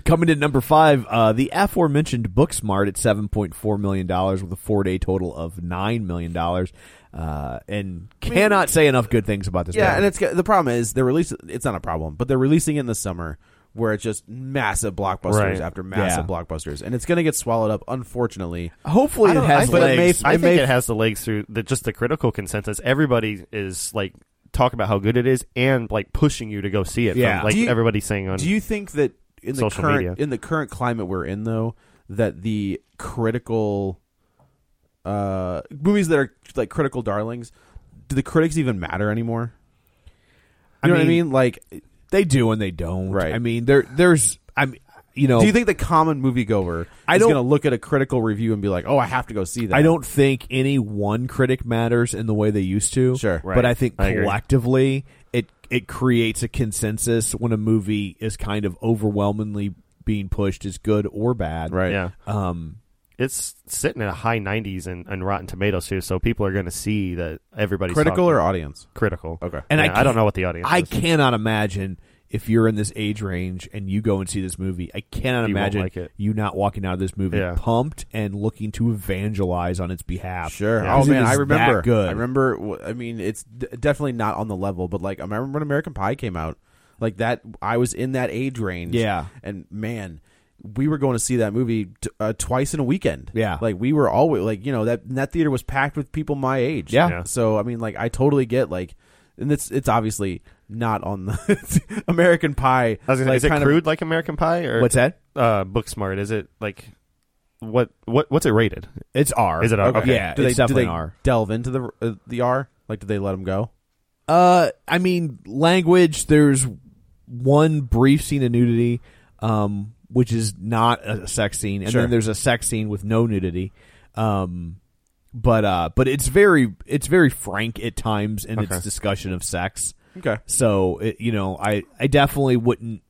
Coming to number five, uh, the aforementioned Booksmart at seven point four million dollars with a four day total of nine million dollars, uh, and cannot say enough good things about this. Yeah, movie. and it's the problem is they're releasing. It's not a problem, but they're releasing it in the summer where it's just massive blockbusters Right. after massive Yeah. blockbusters, and it's gonna get swallowed up. Unfortunately, hopefully I it don't- has I think- legs. I it think may- it has the legs through the, just the critical consensus. Everybody is like talking about how good it is and like pushing you to go see it. from, Yeah. like Do you- everybody's saying on. Do you think that in the Social current media. in the current climate we're in though that the critical uh movies that are like critical darlings do the critics even matter anymore? You know what I mean? Like they do and they don't. Right. I mean, there, there's. I mean, you know, do you think the common moviegoer oh. I is don't- going to look at a critical review and be like, "Oh, I have to go see that." I don't think any one critic matters in the way they used to. Sure. but Right. I think I agree. collectively it it creates a consensus when a movie is kind of overwhelmingly being pushed as good or bad. Right. yeah, Um. it's sitting at a high 90s and, and Rotten Tomatoes too, so people are going to see that everybody's Critical talking- or audience? critical. Okay. And And I I, don't know what the audience. I is. cannot imagine if you're in this age range and you go and see this movie. I cannot You won't imagine like it. you not walking out of this movie Yeah. pumped and looking to evangelize on its behalf. Sure. Yeah. Oh Because it man, I is that remember. good. I remember. w- I mean, it's d- definitely not on the level, but like I remember when American Pie came out, like that. I was in that age range. Yeah. And man, we were going to see that movie t- uh, twice in a weekend. Yeah. Like we were always like you know that and that theater was packed with people my age. Yeah. Yeah. So I mean, like I totally get like, and it's it's obviously not on the American Pie. I was gonna, like, is it kind of- crude like American Pie or What's that? Uh, Booksmart. Is it like what what what's it rated? It's R. Is it R? Okay. Yeah, do it's they, do definitely they R. delve into the uh, the R? Like, do they let them go? Uh, I mean, language. There's one brief scene of nudity, um, which is not a sex scene, and Sure. then there's a sex scene with no nudity. Um, but uh, but it's very it's very frank at times in its discussion of sex. Okay. So it, you know, I I definitely wouldn't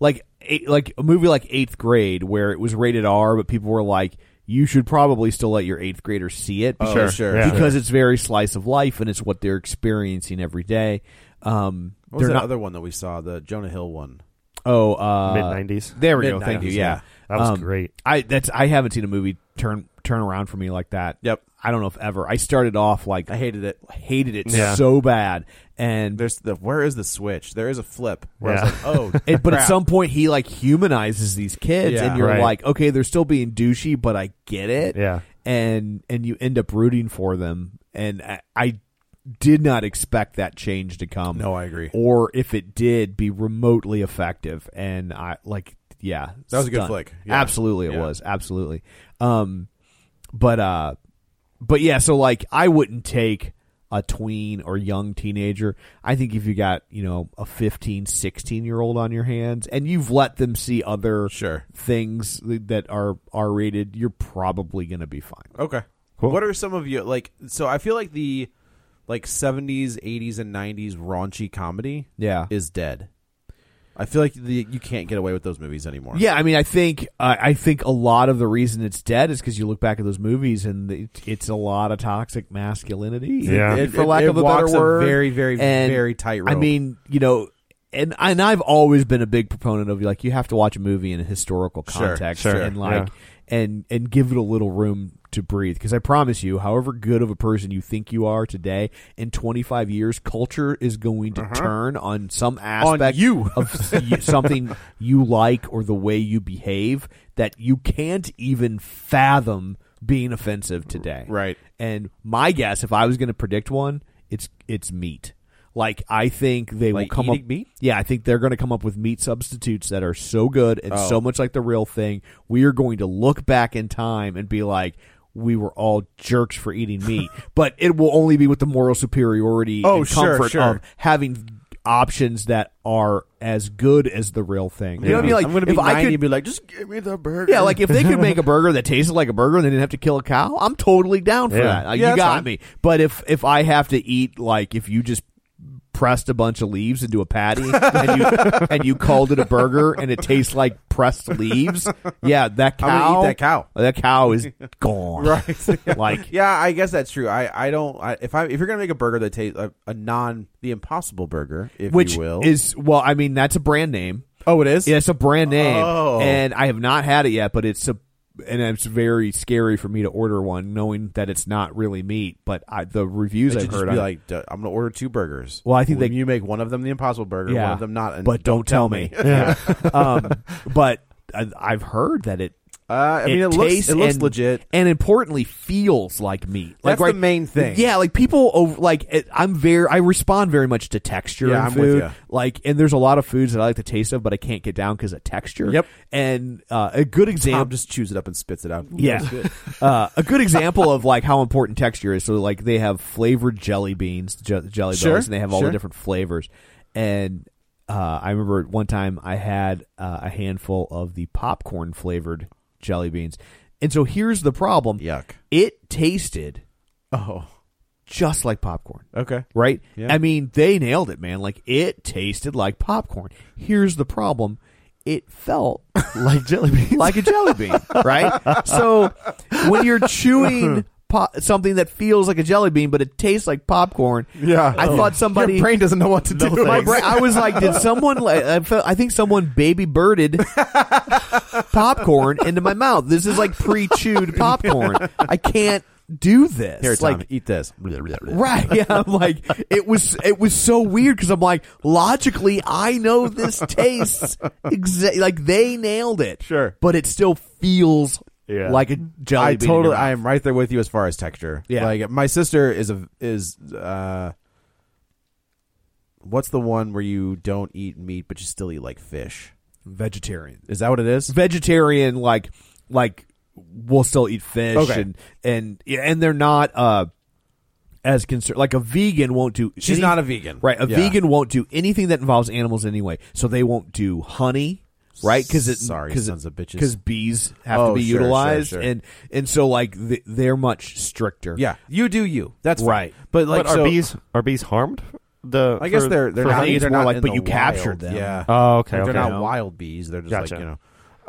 like eight, like a movie like Eighth Grade where it was rated R, but people were like, you should probably still let your eighth grader see it. Oh, because- sure. Yeah. because it's very slice of life and it's what they're experiencing every day. Um, What was they're that not. other one that we saw? The Jonah Hill one. oh, uh, Mid nineties. There we go. Thank you. Mid-nineties, Yeah, That was Um, great. I that's I haven't seen a movie turn turn around for me like that. Yep. I don't know if ever. I started off like I hated it, hated it Yeah. so bad, and There's the where is the switch? There is a flip. Where Yeah. it's like, oh, it, but at crap. some point he like humanizes these kids, Yeah. and you're Right. like, okay, they're still being douchey, but I get it. Yeah. and and you end up rooting for them, and I, I did not expect that change to come. No, I agree. Or if it did, be remotely effective, and I like, yeah, That was a good stunned. flick. Yeah. Absolutely, it Yeah. was absolutely. Um, but uh, but yeah, so like I wouldn't take a tween or young teenager. I think if you got, you know, a 15, 16 year old on your hands and you've let them see other Sure. things that are R rated, you're probably going to be fine. Okay. What are some of you like? So I feel like the like 70s, 80s, and 90s raunchy comedy Yeah. is dead. I feel like the, you can't get away with those movies anymore. Yeah, I mean, I think uh, I think a lot of the reason it's dead is because you look back at those movies and it, it's a lot of toxic masculinity. Yeah. It- for lack it of a walks better word, very, very, And, very tight. I mean, you know, and and I've always been a big proponent of like you have to watch a movie in a historical Sure, context sure, and like and and give it a little room to breathe because I promise you, however good of a person you think you are today, in 25 years, culture is going to turn on some aspect Uh-huh. you. of s- y- something you like or the way you behave that you can't even fathom being offensive today. Right. And my guess, if I was going to predict one, it's it's meat. Like I think they Like will come up. eating meat? Yeah, I think they're going to come up with meat substitutes that are so good and so much like the real thing. We are going to look back in time and be like, we were all jerks for eating meat, but it will only be with the moral superiority Oh, and sure, comfort sure. of having options that are as good as the real thing. You know what I mean? Like, I'm gonna be if I 90 could and be like, just give me the burger. yeah, like if they could make a burger that tasted like a burger and they didn't have to kill a cow, I'm totally down for Yeah. that. Like, Yeah, you that's got fine. me. But if if I have to eat like if you just pressed a bunch of leaves into a patty and you and you called it a burger and it tastes like pressed leaves, yeah, that I'm gonna cow eat that cow. That cow is gone. right? Like yeah, I guess that's true. I, I don't. I, if I if you're gonna make a burger that tastes uh, a, a non the Impossible Burger, if which you will, is well, I mean that's a brand name. oh, it is. Yeah, it's a brand name, Oh. and I have not had it yet, but it's a and it's very scary for me to order one, knowing that it's not really meat. But I, the reviews I I've should just heard, be on- like, "Duh, I'm gonna order two burgers. Well, I think when they- you make one of them the Impossible Burger, yeah, one of them not, and but don't, tell me. Yeah. um, but I, I've heard that it. uh, I mean, it, looks tastes it looks and- legit. and importantly feels like meat. Like That's the right- main thing. Yeah, like people over like it, I'm very I respond very much to texture. Yeah, in I'm with food. ya. Like, and there's a lot of foods that I like the taste of, but I can't get down because of texture. Yep. And uh, a good example, Tom just chews it up and spits it out. Yeah, uh, a good example of like how important texture is. So like they have flavored jelly beans, je- jelly Sure, bellies, and they have all sure. the different flavors. And uh, I remember one time I had uh, a handful of the popcorn flavored jelly beans, and so here's the problem: Yuck. it tasted Oh, just like popcorn. okay. Right? Yeah. I mean, they nailed it, man. Like it tasted like popcorn. Here's the problem. It felt like jelly beans. like a jelly bean, right? So when you're chewing po- something that feels like a jelly bean, but it tastes like popcorn, Yeah. Oh. I thought somebody Your brain doesn't know what to do. my brain, I was like, did someone? Like, I, felt, I think someone baby birded popcorn into my mouth. This is like pre-chewed popcorn. I can't do this. Here, Tom, like, eat this. Right. Yeah. I'm like, it was, it was so weird because I'm like, logically, I know this tastes exactly like they nailed it. Sure. But it still feels Yeah. like a jelly I bean. totally. I I am right there with you as far as texture. Yeah. Like my sister is a is uh, what's the one where you don't eat meat but you still eat like fish? vegetarian. Is that what it is? Vegetarian, like, like we'll still eat fish Okay. and, and, yeah, and they're not, uh, as concerned, like a vegan won't do. She's any- not a vegan. Right. A Yeah. vegan won't do anything that involves animals anyway. So they won't do honey. Right, because it Sorry, cause it- sons of bitches. 'cause bees have Oh, to be sure, sure, utilized, sure. and and so like th- they're much stricter. Yeah, you do you. That's fine. Right. But like, but are so, bees are bees harmed? The I guess for- they're they're for not, honey? it's they're more not like, in but the you captured wild. them. Yeah. Oh, okay, Like, okay. They're not wild bees. They're just Gotcha. like you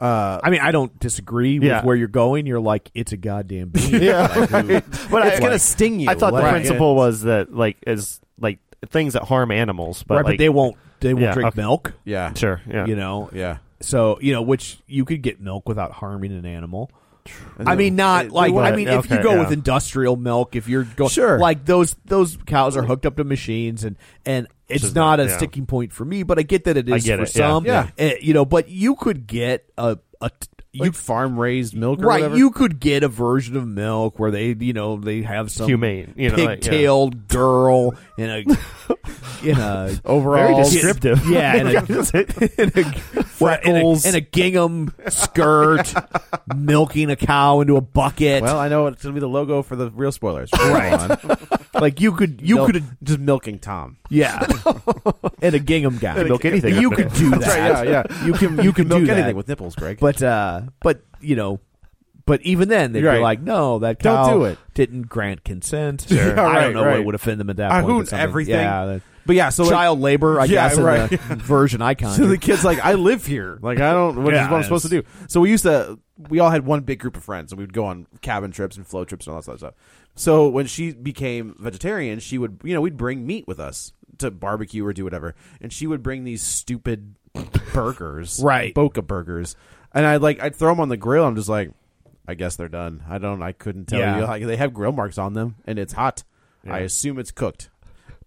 know. I mean, I don't disagree Yeah. with where you're going. You're like, it's a goddamn bee. yeah, But It's I, gonna like- sting you. I thought Like, the principle was that like is like things that harm animals, but right, like but they won't. They won't Yeah, drink okay. milk. Yeah. sure, yeah, You know. Yeah. So you know, which you could get milk without harming an animal. I then- mean, not It- like I Right, mean, if okay, you go yeah. with industrial milk, if you're going Sure. like those those cows are hooked up to machines, and and it's is not the- a yeah. sticking point for me, but I get that it is I get for it, yeah. some, Yeah. Eh, you know. But you could get a a t- you. You farm raised milk, or Right, whatever? you could get a version of milk where they, you know, they have some Humane, you know, like, yeah. pigtailed girl in a in a Very Oh, descriptive. yeah, in a, in a, what, in, a, Freckles. in a gingham skirt, milking a cow into a bucket. Well, I know it's gonna be the logo for the real spoilers. Right. like you could, you could, just milking Tom. yeah, in a gingham guy, milk anything You up could there. do that. That's right, yeah, yeah. You can, you can milk do that. anything with nipples, Greg. but, uh, but you know. But even then, they'd Right. be like, "No, that Don't cow do it. didn't grant consent. Yeah, I don't right, know what right. would offend them at that I point. but hoon something- everything. Yeah, that- But yeah, so like- child labor, I Yeah, guess, in right. the version icon. So the kid's like, I live here. Like, I don't, what is Yeah, what I'm supposed to it's- do? So we used to, we all had one big group of friends, and we'd go on cabin trips and float trips and all that sort of stuff. So when she became vegetarian, she would, you know, we'd bring meat with us to barbecue or do whatever. And she would bring these stupid burgers, Right. Boca burgers. And I'd like, I'd throw them on the grill. I'm just like, I guess they're done. I don't, I couldn't tell Yeah. you. Like, they have grill marks on them, and it's hot. I assume it's cooked.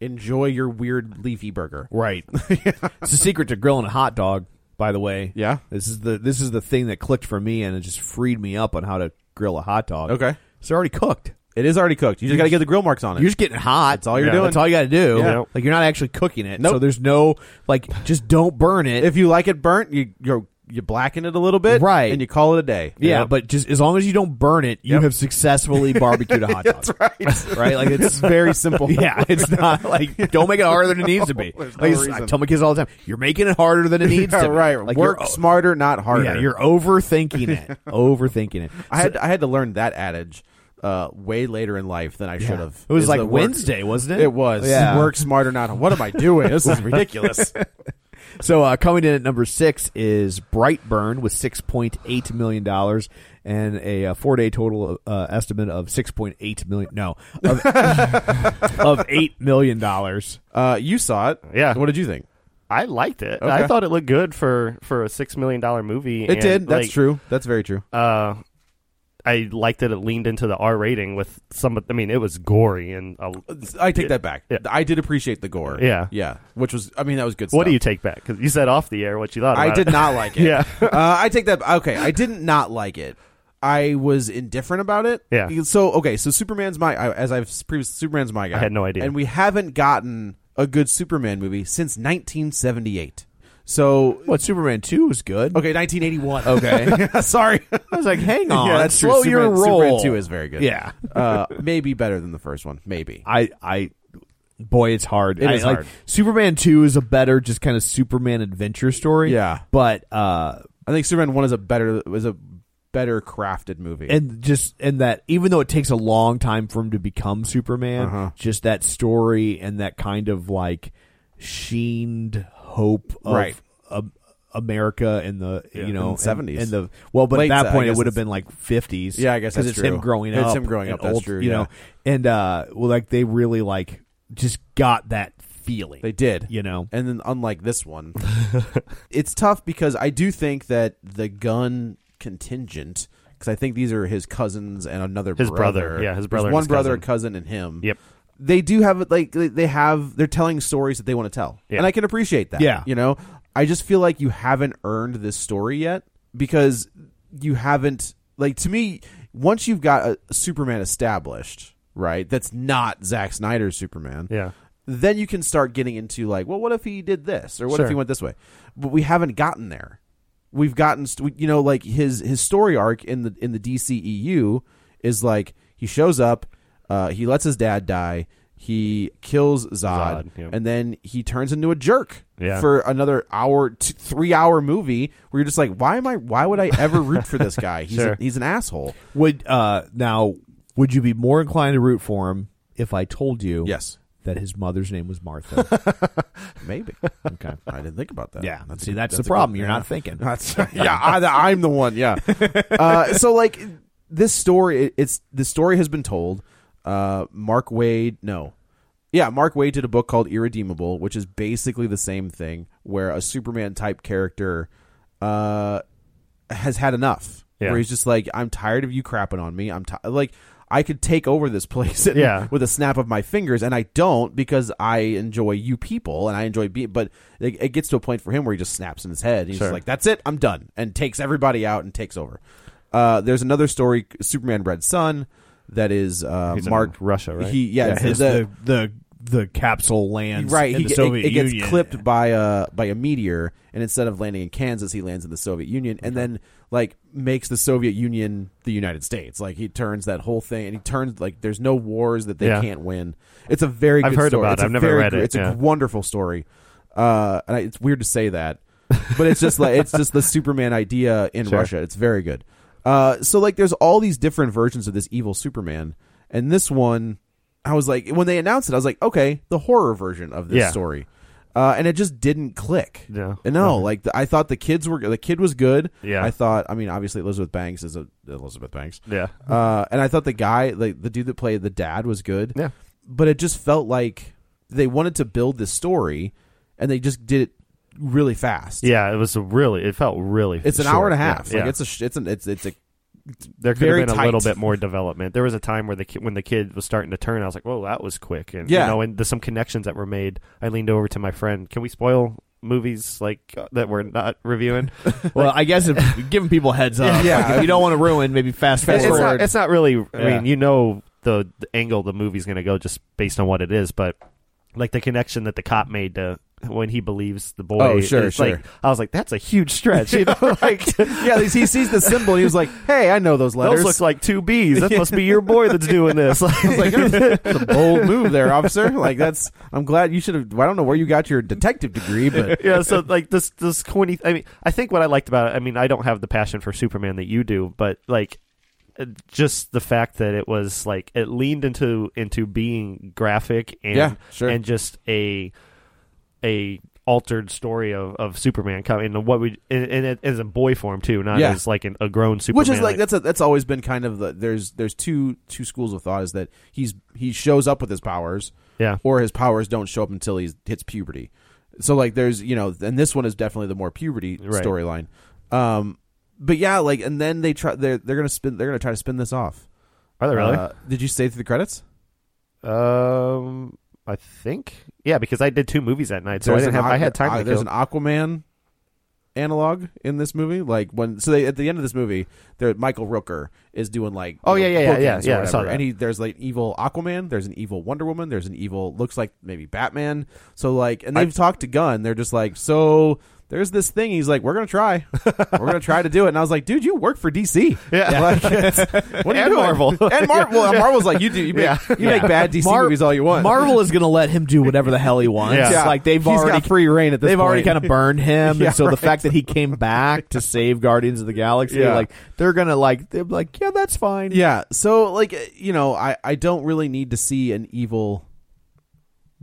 Enjoy your weird leafy burger. Right. It's the secret to grilling a hot dog, by the way. Yeah. This is the this is the thing that clicked for me and it just freed me up on how to grill a hot dog. Okay. It's already cooked. It is already cooked. You just got to get the grill marks on it. You're just getting hot. That's all you're doing. That's all you got to do. Yeah. Like you're not actually cooking it. So Nope. there's no like just don't burn it. if you like it burnt, you you you blacken it a little bit, Right. and you call it a day. yeah, but just as long as you don't burn it, you Yep. have successfully barbecued a hot dog. right. right? Like it's very simple. yeah, it's not like don't make it harder than it needs to be. There's no Like it's- I reason. tell my kids all the time, you're making it harder than it needs Yeah, to. be. right. Like Work you're, smarter, not harder. Yeah, you're overthinking it. overthinking it. I had I had to learn that adage uh, way later in life than I should have. It was Is like the work- Wednesday, wasn't it? It was Yeah. work smarter, not. What am I doing? This is ridiculous. So uh, coming in at number six is Brightburn with six point eight million dollars and a uh, four day total uh, estimate of six point eight million. No, of, of eight million dollars. Uh, you saw it. Yeah. What did you think? I liked it. Okay. I thought it looked good for for a six million dollar movie. It and, did. That's like, true. That's very true. Uh, I liked that it leaned into the R rating with some. of- I mean, it was gory and uh, I take that back. yeah. I did appreciate the gore. Yeah. Yeah. Which was. I mean, that was good. what stuff. do you take back? Because you said off the air what you thought. I about did it. not like it. Yeah. uh, I take that. Okay, I didn't not like it. I was indifferent about it. Yeah. So okay, so Superman's my I- as I've s- previously Superman's my guy. I had no idea. and we haven't gotten a good Superman movie since 1978. So What Superman two was good. okay, 1981. Okay. sorry. I was like, hang on, yeah, that's slow true. your Superman, roll. Superman two is very good. Yeah. uh, maybe better than the first one. Maybe. I I boy it's hard. It I- is like, hard. Superman 2 is a better just kind of Superman adventure story. Yeah. But uh I think Superman one is a better was a better crafted movie. and just and that even though it takes a long time for him to become Superman, Uh-huh. just that story and that kind of like sheened hope of Right. of America in the you know and- 70s. and the well, but Late at se- that I point it guess would have it's- been like fifties. Yeah, I guess that's it's him true. growing It's up. him growing and up, that's old, true, You know, and uh, well, like they really like just got that feeling. They did. you know. And then unlike this one, it's tough because I do think that the gun contingent because I think these are his cousins and another His brother. brother. Yeah, his There's brother and one his brother, cousin. cousin, and him. Yep. They do have like they- they have they're telling stories that they want to tell, Yeah. and I can appreciate that. Yeah. you know, I just feel like you haven't earned this story yet because you haven't like to me once you've got a Superman established, right? That's not Zack Snyder's Superman Yeah. then you can start getting into like, well, what if he did this or what if Sure. he went this way? But we haven't gotten there. We've gotten, st- we- you know, like his his story arc in the in the DCEU is like he shows up, uh, he lets his dad die, he kills Zod, Zod, yeah. and then he turns into a jerk Yeah. for another hour, t- three hour movie where you're just like, why am I? Why would I ever root for this guy? He's Sure. a, he's an asshole. Would uh now would you be more inclined to root for him if I told you Yes, that his mother's name was Martha? maybe. okay. I didn't think about that. Yeah. That's a See, good- that's, that's a the problem. good- You're yeah. not thinking. That's yeah. I, I'm the one. Yeah. Uh, so like this story, it- it's the story has been told. Uh, Mark Wade, no, yeah, Mark Wade did a book called Irredeemable, which is basically the same thing, where a Superman type character uh, has had enough. Yeah. Where he's just like, I'm tired of you crapping on me. I'm ti like. I could take over this place Yeah. with a snap of my fingers, and I don't because I enjoy you people and I enjoy being. But it, it gets to a point for him where he just snaps in his head. He's just Sure. like, "That's it, I'm done," and takes everybody out and takes over. Uh, there's another story, Superman Red Sun, that is uh, He's in Mark Russia, right? He yeah, yeah, it's his, the- the, the the capsule lands right. in He, the ge- it- Soviet it, gets Union. clipped by a by a meteor, and instead of landing in Kansas, he lands in the Soviet Union, and then like makes the Soviet Union the United States. Like he turns that whole thing, and he turns like there's no wars that they Yeah. can't win. It's a very I've good heard story. about it. It's a I've never very read gr- it, It's yeah. a wonderful story, uh, and I, it's weird to say that, but it's just like it's just the Superman idea in Sure. Russia. It's very good. Uh, so like there's all these different versions of this evil Superman, and this one I was like, when they announced it, I was like, okay, the horror version of this Yeah. story, uh, and it just didn't click. No. And no, like the, I thought the kids were the kid was good. Yeah. I thought. I mean, obviously Elizabeth Banks is a Elizabeth Banks. Yeah. Uh, and I thought the guy, like the dude that played the dad, was good. Yeah. But it just felt like they wanted to build this story, and they just did it really fast. Yeah, it was a really. It felt really. It's an short. hour and a half. Yeah, Like yeah. it's a sh- it's an it's it's a there could have very been a tight. little bit more development. There was a time where the ki- when the kid was starting to turn, I was like, "Whoa, that was quick!" And Yeah. you know, and there's some connections that were made. I leaned over to my friend. Can we spoil movies like uh, that we're not reviewing? Well, I guess if, giving people heads up. Yeah. Like, if you don't want to ruin, maybe fast it's, forward. not, it's not really. I Yeah. mean, you know the, the angle the movie's going to go just based on what it is, but like the connection that the cop made to when he believes the boy. Oh, sure, it's sure. Like, I was like, that's a huge stretch. You know, like yeah. He sees the symbol. and He was like, "Hey, I know those letters." those look like two B's. That must be your boy that's doing this. like that's a bold move there, officer. Like that's. I'm glad you should have. I don't know where you got your detective degree, but yeah, so like this this corny. I mean, I think what I liked about it. I mean, I don't have the passion for Superman that you do, but like it- just the fact that it was like it leaned into into being graphic and Yeah, sure. and just a a altered story of, of Superman coming and what we and, and it as a boy form too, not Yeah. as like an, a grown Superman. which is like that's a, that's always been kind of the there's there's two two schools of thought is that he's he shows up with his powers, Yeah. or his powers don't show up until he hits puberty. So like there's you know, and this one is definitely the more puberty Right. storyline. Um, but yeah, like and then they try they're they're gonna spin they're gonna try to spin this off. are they Oh, really? Uh, did you stay through the credits? uh, um, I think yeah, because I did two movies that night, so I There's didn't an have I Aqu- had time. uh, to there's kill. an Aquaman analog in this movie. Like when so they, at the end of this movie, there Michael Rooker is doing like Oh, you yeah, know, yeah, yeah, bookends yeah, or yeah, I saw whatever. that. And he there's like evil Aquaman. There's an evil Wonder Woman. There's an evil looks like maybe Batman. So like and they've talked to Gunn. They're just like so. There's this thing. He's like, we're gonna try. we're gonna try to do it. And I was like, dude, you work for DC. Yeah. Like, it's- what are you And doing? Marvel. and Marvel. Well, Marvel's like, you do. You make, Yeah. you make bad DC Mar- movies all you want. Marvel is going to let him do whatever the hell he wants. Yeah. Yeah. Like they've He's already got free reign at this They've already point. kind of burned him, Yeah, and so the right. fact that he came back to save Guardians of the Galaxy, Yeah. like they're going to like they're like yeah, that's fine. Yeah. So like uh, you know, I I don't really need to see an evil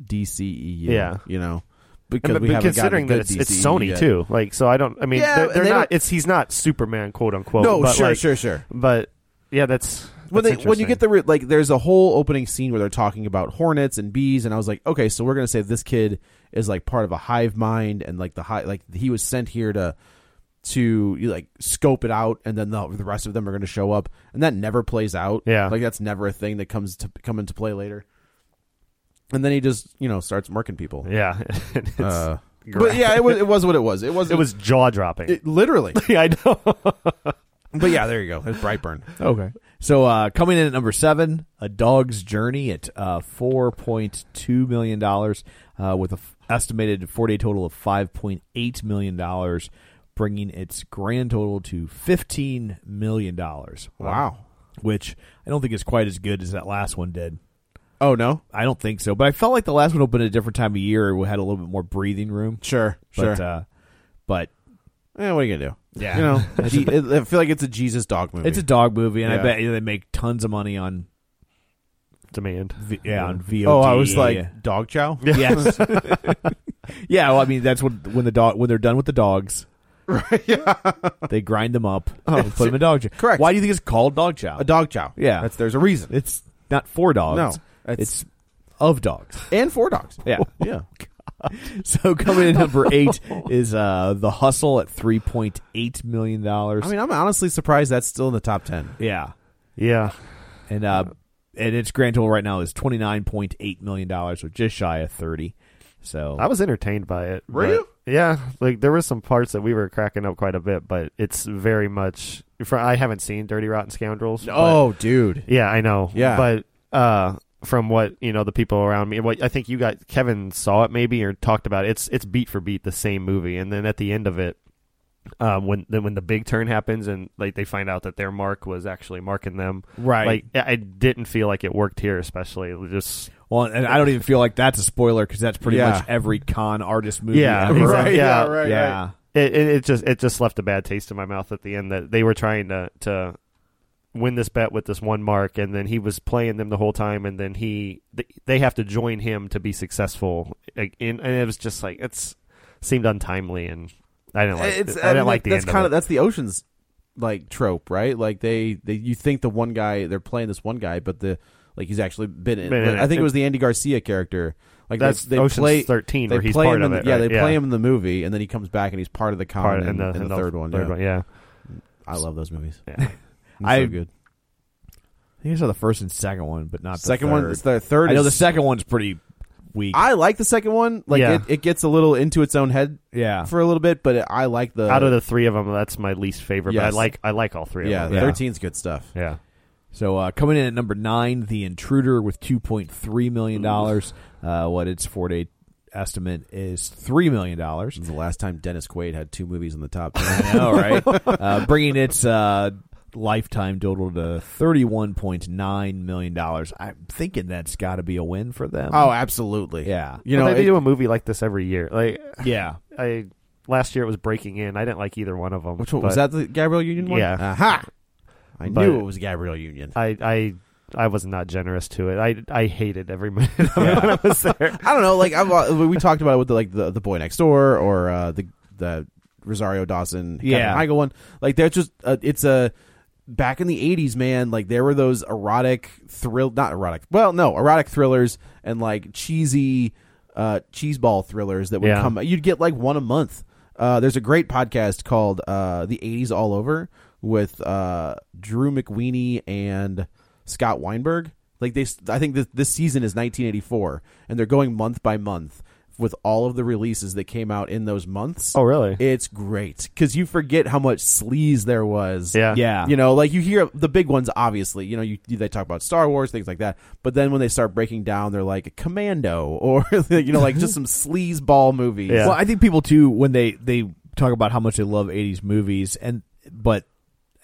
DCEU. Yeah. You know, And because but, we but haven't considering gotten that a it's, good it's DCEU Sony yet. too, like so I don't. I mean, Yeah, they're, and they're they not. don't- It's he's not Superman, quote unquote. No, but sure, like- sure, sure. But yeah, that's, When they that's when you interesting. get the re- like, there's a whole opening scene where they're talking about hornets and bees, and I was like, okay, so we're gonna say this kid is like part of a hive mind, and like the hive, like he was sent here to to you, like scope it out, and then the, the rest of them are gonna show up, and that never plays out. Yeah. like that's never a thing that comes to come into play later. And then he just you know starts murking people. yeah, it's, Uh, but yeah, it was it was what it was. It was it was jaw dropping. it, literally. I know. but yeah, there you go. It's Brightburn. Okay. So uh, coming in at number seven, A Dog's Journey at uh, four point two million dollars, uh, with an estimated four day total of five point eight million dollars, bringing its grand total to fifteen million dollars. Wow. Which I don't think is quite as good as that last one did. Oh no, I don't think so, but I felt like the last one opened at a different time of year. We had a little bit more breathing room. sure, But, sure. uh, but yeah, Eh, what are you gonna do? Yeah. you know, Je- it- I feel like it's a Jesus dog movie. it's a dog movie, and Yeah. I bet you they make tons of money on Demand. V- yeah on VOD. oh, I was like dog chow. Yes. yeah, well, I mean that's when when the dog when they're done with the dogs, right? Yeah, they grind them up and put them in dog chow. Oh, Correct. Why do you think it's called dog chow? A dog chow. Yeah. That's, there's a reason. It's not for No, dogs. it's- it's of dogs. and four dogs. Yeah. yeah. so coming in number eight is uh the hustle at three point eight million dollars. I mean, I'm honestly surprised that's still in the top ten. yeah, Yeah, and uh, and its grand total right now is twenty nine point eight million dollars, or just shy of thirty. So I was entertained by it. Were but- you? Yeah, like there were some parts that we were cracking up quite a bit, but it's very much. For, I haven't seen Dirty Rotten Scoundrels. but- Oh, dude. Yeah, I know. Yeah. but uh, from what you know, the people around me, what I think you got, Kevin saw it maybe or talked about it. It's it's beat for beat the same movie, and then at the end of it, um, when then when the big turn happens and like they find out that their mark was actually marking them, Right. Like I I didn't feel like it worked here, especially It was just Well, and I don't even feel like that's a spoiler because that's pretty Yeah. much every con artist movie. Yeah, ever. exactly. Yeah, right. Yeah. it, it, it just it just left a bad taste in my mouth at the end that they were trying to to win this bet with this one mark and then he was playing them the whole time and then he th- they have to join him to be successful like, in, and it was just like it's seemed untimely and i didn't like It's, it. i mean, didn't like the that's end kind of it. that's the oceans like trope, right? Like they, they you think the one guy they're playing this one guy, but the like he's actually been in. Been in I think it. it was the Andy Garcia character. Like That's they, they Ocean's play 13 they where he's play part him of in it, the- Yeah, right? they Yeah. play him in the movie, and then he comes back and he's part of the con Part- in, and the- in and the, third one. yeah. yeah I love those movies. Yeah. They're I- so good. I think I saw the first and second one, but not the Second third. one, it's the third. I know the is- second one's pretty weak. I like the second one. Like Yeah. it, it gets a little into its own head yeah, for a little bit, but I like the out of the three of them that's my least favorite but i Uh, Yes. like i like all three yeah, of them thirteen's good stuff. yeah So uh, coming in at number nine, The Intruder with two point three million dollars. Uh, what its four day estimate is three million dollars. This is the last time Dennis Quaid had two movies in the top. I know, right? uh, bringing its uh, lifetime total to thirty one point nine million dollars. I'm thinking that's got to be a win for them. Mm. oh, absolutely. yeah, You But know, they it- do a movie like this every year like yeah. i last year it was breaking in i didn't like either one of them which one was but that? The Gabriel Union one. Yeah. Aha! I But- knew it was Gabriel Union. i i I was not generous to it. I, I hated every minute of it when I was there. I don't know. Like I've, uh, we talked about it with the, like the the boy next door or uh, the the Rosario Dawson, Kevin Yeah. Heigl one. Like they're just uh, it's a back in the '80s, man. Like there were those erotic thrill, not erotic. Well, no, erotic thrillers and like cheesy uh, cheeseball thrillers that would Yeah. come. You'd get like one a month. Uh, there's a great podcast called uh, "The '80s All Over" with uh, Drew McWeeny and Scott Weinberg. Like they, I think this, this season is 1984, and they're going month by month with all of the releases that came out in those months. Oh, really? It's great because you forget how much sleaze there was. Yeah. Yeah. You know, like you hear the big ones, obviously. You know, you, you- they talk about Star Wars, things like that. But then when they start breaking down, they're like Commando or, you know, like just some sleaze ball movies. Yeah. Well, I think people too when they they talk about how much they love '80s movies, and but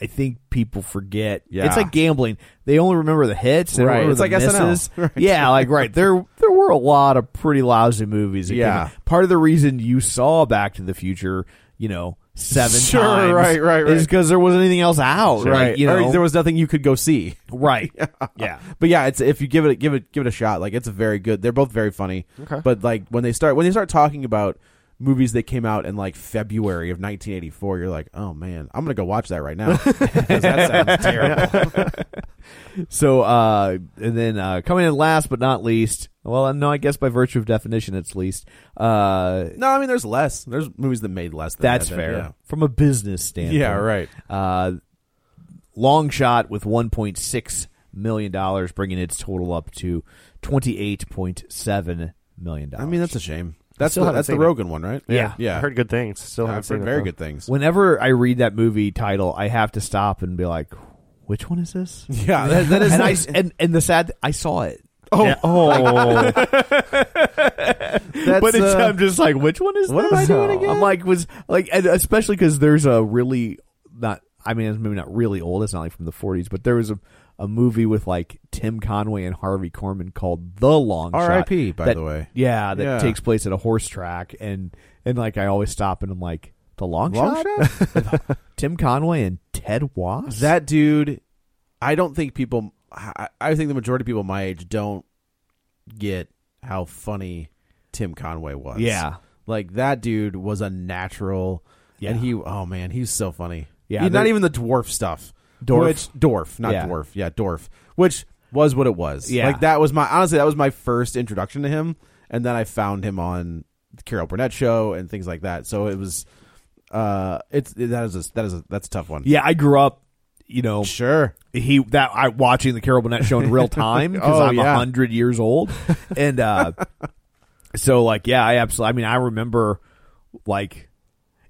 I think people forget. Yeah. It's like gambling; they only remember the hits. They don't Right. remember It's the like SNL. misses. Right. Yeah, like right there. There were a lot of pretty lousy movies. that came Yeah. out. part of the reason you saw Back to the Future, you know, seven Sure, times, right, right, is right. because there wasn't anything else out, right? You know, or there was nothing you could go see. right. yeah. But yeah, it's if you give it give it give it a shot, like it's very good. They're both very funny. Okay. But like when they start when they start talking about movies that came out in like February of 1984, you're like, oh man, I'm gonna go watch that right now. 'Cause that sounds terrible. So, uh, and then uh, coming in last but not least, well, no, I guess by virtue of definition, it's least. Uh, no, I mean there's less. There's movies that made less. Than That's that, fair yeah. from a business standpoint. Yeah, right. Uh, long shot with 1.6 million dollars, bringing its total up to 28.7 million dollars. I mean that's a shame. That's still the, haven't that's the seen it. Rogan one, right? Yeah. yeah. I heard good things. Still haven't I've seen heard it, very though. good things. whenever I read that movie title, I have to stop and be like, "Which one is this?" Yeah, that, that is and, nice. I, and and the sad, I saw it. Oh, oh. That's, but it's, uh, I'm just like, which one is What am this? I doing again? I'm like, was like, and especially because there's a really not. I mean, it's maybe not really old. It's not like from the 40s, but there was a a movie with like Tim Conway and Harvey Korman called The Long Shot. R.I.P., by that- the way. Yeah, that Yeah. takes place at a horse track, and and like I always stop and I'm like, The Long, Long Shot. Tim Conway and Ted Wass. that dude i don't think people I, I think the majority of people my age don't get how funny tim conway was Yeah. like that dude was a natural Yeah. and he oh man he's so funny Yeah, He- not there- even the dwarf stuff Dwarf? which dwarf not Yeah. dwarf yeah dwarf which was what it was Yeah. like that was my honestly that was my first introduction to him and then i found him on the carol burnett show and things like that so it was uh it's that is a that is a that's a tough one yeah, I grew up. You know, sure he that I watching the Carol Burnett show in real time because Oh, I'm a yeah. hundred years old, and uh, so like yeah, I absolutely. I mean, I remember like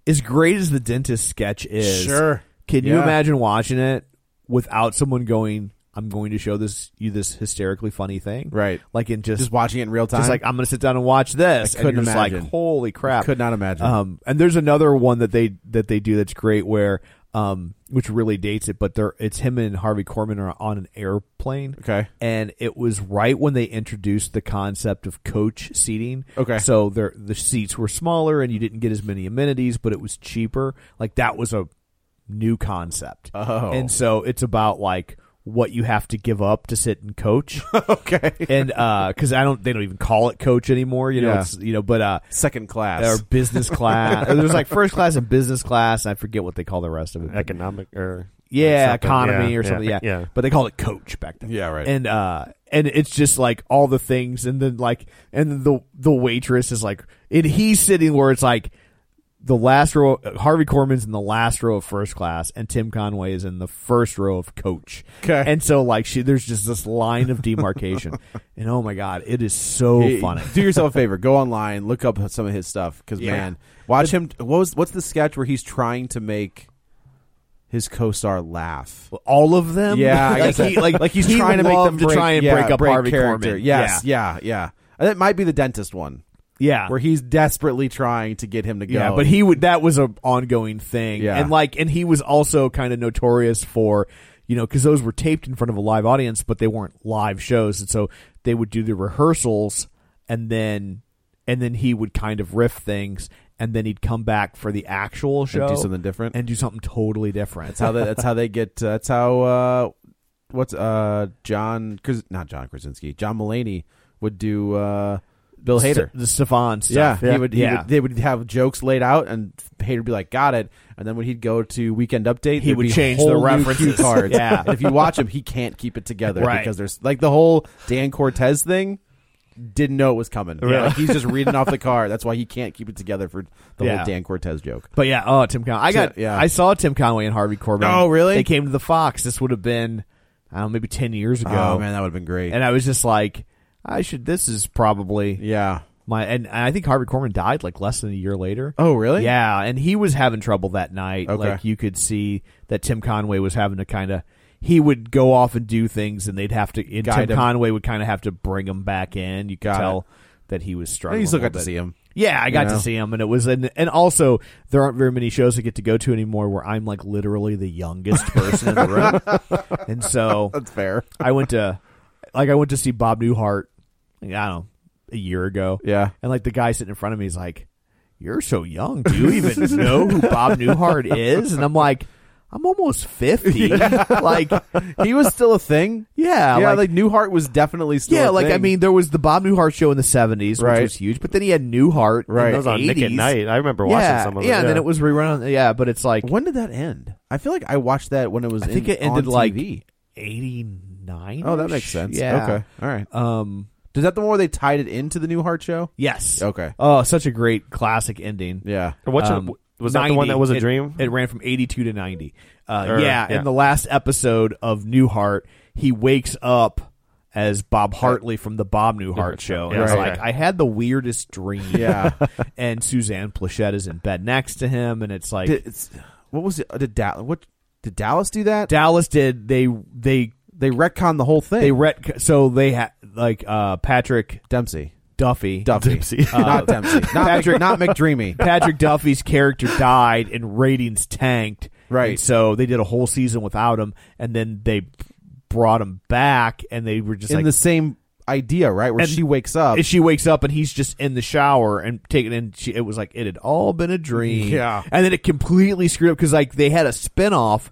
as great as the dentist sketch is. Sure. can you Yeah. imagine watching it without someone going? I'm going to show this you this hysterically funny thing, Right. Like in just just watching it in real time. just like I'm going to sit down and watch this. I couldn't and you're just imagine. like, holy crap! Could not imagine. Um, and there's another one that they that they do that's great where. Um, which really dates it, but they're it's him and Harvey Korman are on an airplane. Okay. and it was right when they introduced the concept of coach seating. Okay. so their the seats were smaller and you didn't get as many amenities, but it was cheaper. Like that was a new concept. Oh. And so it's about like what you have to give up to sit and coach. okay. and uh cuz I don't they don't even call it coach anymore, you know, Yeah. it's you know, but uh Second class. or business class. There's like first class and business class, and I forget what they call the rest of it. economic or yeah, something. economy Yeah, or something. Yeah. yeah. but they called it coach back then. Yeah, right. And uh, and it's just like all the things, and then like, and the the waitress is like, and he's sitting where it's like the last row. Harvey Corman's in the last row of first class, and Tim Conway is in the first row of coach. 'Kay. and so like she, there's just this line of demarcation, and oh my god, it is so Hey, funny. Do yourself a favor. Go online, look up some of his stuff because Yeah. man, watch him. What was what's the sketch where he's trying to make his co-star laugh? all of them. Yeah, I guess like, he, that- like he's trying to make them loved break, try and yeah, break up Harvey character. Korman. Yes, yeah, yeah. And that might be the dentist one yeah, where he's desperately trying to get him to go. Ah. yeah. But he would that was an ongoing thing, Yeah. and like, and he was also kind of notorious for, you know, because those were taped in front of a live audience, but they weren't live shows, and so they would do the rehearsals, and then, and then he would kind of riff things, and then he'd come back for the actual show something different? and do something totally different. that's how they, that's how they get. Uh, that's how uh, what's uh John? Kras- Not John Krasinski. John Mulaney would do uh, Bill Hader. the Stefan Yeah, stuff. he would. He yeah. would, they would have jokes laid out, and Hater would be like, "Got it." And then when he'd go to Weekend Update, He there'd would be change whole the new cue references. cards. Yeah. and if you watch him, he can't keep it together Right. because there's like the whole Dan Cortez thing. Didn't know it was coming. Yeah, like, he's just reading off the card. That's why he can't keep it together for the Yeah. whole Dan Cortez joke. But yeah, oh Tim Conway. I Tim- got yeah. I saw Tim Conway and Harvey Corbin. Oh, really? They came to the Fox. This would have been I don't know, maybe ten years ago. Oh man, that would have been great. And I was just like, I should this is probably yeah. my and I think Harvey Corbin died like less than a year later. Oh really? Yeah, and he was having trouble that night. Okay. Like you could see that Tim Conway was having to kind of he would go off and do things and they'd have to and Guide Tim him. Conway would kind of have to bring him back in. You could Got tell that he was struggling. You still a got little to bit. see him. Yeah, I You got know? to see him, and it was, and and also there aren't very many shows I get to go to anymore where I'm like literally the youngest person in the room, and so That's fair. I went to, like, I went to see Bob Newhart, like, I don't know, a year ago, Yeah. and like the guy sitting in front of me is like, "You're so young. Do you even know who Bob Newhart is?" And I'm like, "I'm almost 50. like, He was still a thing. yeah, yeah, like, like, Newhart was definitely still. yeah, a like I thing. mean, there was the Bob Newhart show in the '70s, Right. which was huge, but then he had Newhart, In Right. That the It was on Nick at 80s. Night. I remember watching some of it. Yeah, and then it was rerun. on- Yeah, but it's like when did that end? I feel like I watched that when it was. I think in- it ended on like TV. eighty nine. Oh, that makes sense. Yeah. Okay. All right. Um. Is that the one where they tied it into the Newhart show? Yes. Okay. Oh, such a great classic ending. Yeah. What's Um, was that the 90. one that was a It- dream? It ran from eighty two to ninety. Uh, Or- yeah, yeah. In the last episode of Newhart, he wakes up. As Bob Hartley from the Bob Newhart show, and Yeah, it's right. like I had the weirdest dream. Yeah. and Suzanne Plachette is in bed next to him, and it's like Did, it's, what was it? Did Dallas? What did Dallas do that? Dallas did. They they they retconned the whole thing. They ret so they had like uh, Patrick Dempsey, Duffy. Duffy, not Dempsey, Uh, not Patrick, not McDreamy. Uh, Patrick Duffy's character died and ratings tanked. Right. And so they did a whole season without him, and then they brought him back, and they were just in like. the same idea, right? Where And- she wakes up. and she wakes up and he's just in the shower and taking in she, it was like it had all been a dream Yeah. and then it completely screwed up because like they had a spinoff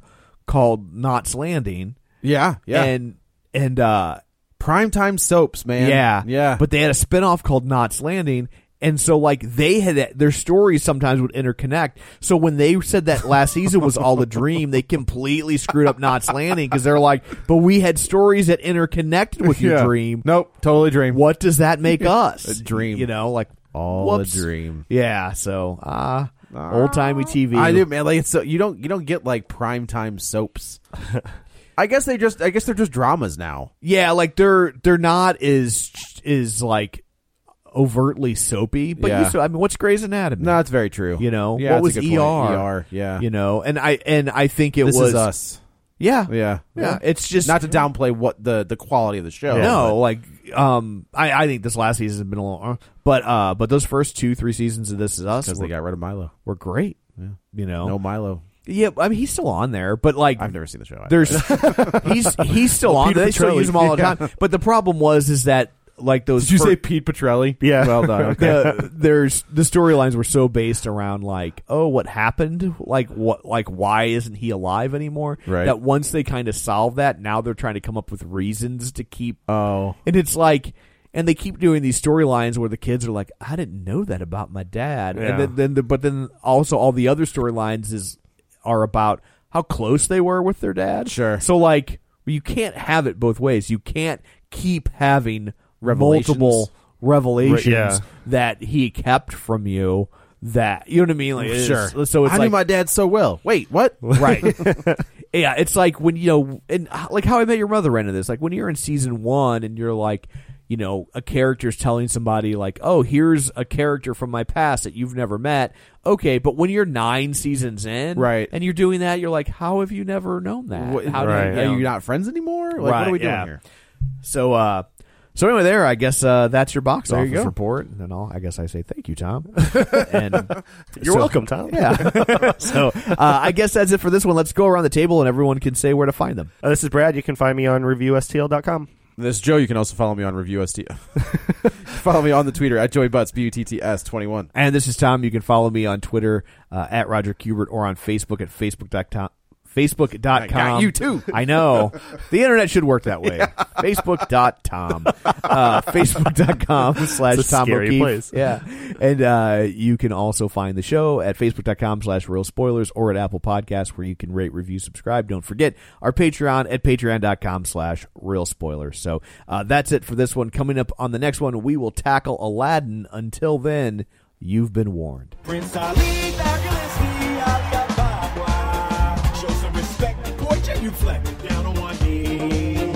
called knots landing yeah, yeah. and and uh Primetime soaps, man. Yeah. yeah. But they had a spinoff called Knots Landing. And so, like, they had their stories sometimes would interconnect. So, when they said that last season was all a dream, they completely screwed up Knots Landing because they're like, but we had stories that interconnected with your Yeah. dream. Nope, totally dream. What does that make us? A dream. You know, like, All whoops. a dream. Yeah. So, ah, old timey TV. I do, man. Like it's so you don't you don't get like primetime soaps. I guess they just I guess they're just dramas now. Yeah. Like, they're, they're not as, is like, overtly soapy. But Yeah. you, so, I mean, what's Grey's Anatomy? No, that's very true. You know? yeah, What that's a was good ER? Point. ER, yeah. you know and i and i think it this was is us. yeah Yeah, yeah it's just Not to downplay what the the quality of the show. no like um i i think this last season has been a little uh, but uh but those first two three seasons of this is us because were, they got rid of Milo. were great you know No Milo. yeah i mean he's still on there but like I've never seen the show. there's he's he's still on Peter there. They still Petrelli. use him all the time. But the problem was is that like those. Did you fir- say Pete Petrelli? Yeah. Well done. Okay. the, there's the storylines were so based around like oh what happened like what like why isn't he alive anymore Right. that once they kind of solve that now they're trying to come up with reasons to keep oh. and it's like and they keep doing these storylines where the kids are like i didn't know that about my dad Yeah. and then, then the, but then also all the other storylines is are about how close they were with their dad Sure. so like you can't have it both ways you can't keep having Revelations? multiple revelations Right, yeah. that he kept from you that you know what i mean like it's- Sure. so it's I like knew my dad so well. Wait, what? right yeah it's like when you know and h- like how i met your mother ran into this like when you're in season one and you're like you know a character's telling somebody like oh here's a character from my past that you've never met okay but when you're nine seasons in Right. and you're doing that you're like how have you never known that What- how Right. do you, Are know? you not friends anymore? Like, what Right, are we doing yeah. here? so uh so anyway there i guess uh that's your box There you office go. report and then I'll, i guess i say thank you tom and You're so- welcome, Tom. yeah so uh, i guess that's it for this one let's go around the table and everyone can say where to find them Uh, this is Brad. You can find me on reviewstl.com. This is Joe. You can also follow me on Review ST. follow me on the Twitter at Joey Butts B U T T S twenty one. And this is Tom. You can follow me on Twitter uh, at Roger Kubert or on Facebook at Facebook.com. Facebook.com. I got you too. I know. The internet should work that way. Facebook.com. Uh, Facebook.com slash It's a Tom scary O'Keefe. place. Yeah. And uh, you can also find the show at Facebook.com slash Real Spoilers or at Apple Podcasts where you can rate, review, subscribe. Don't forget our Patreon at Patreon.com slash Real Spoilers. So uh, that's it for this one. Coming up on the next one, we will tackle Aladdin. Until then, you've been warned. Prince Ali, Bagalinsky, Ali Ababa. Show some respect, boy, genuflect down on one knee.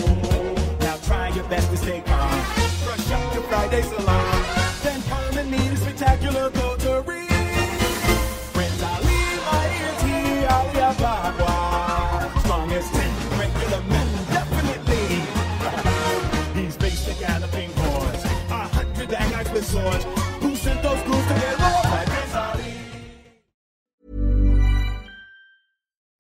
Now try your best to stay calm. Brush up your Friday salon. Then come and meet a spectacular coterie. Prince Ali, my ear tea, Ali Ababa. Strong as ten regular men, definitely. He's basic galloping horse. A hundred dang eyes with swords. Who sent those crews to their lord? Like Prince Ali.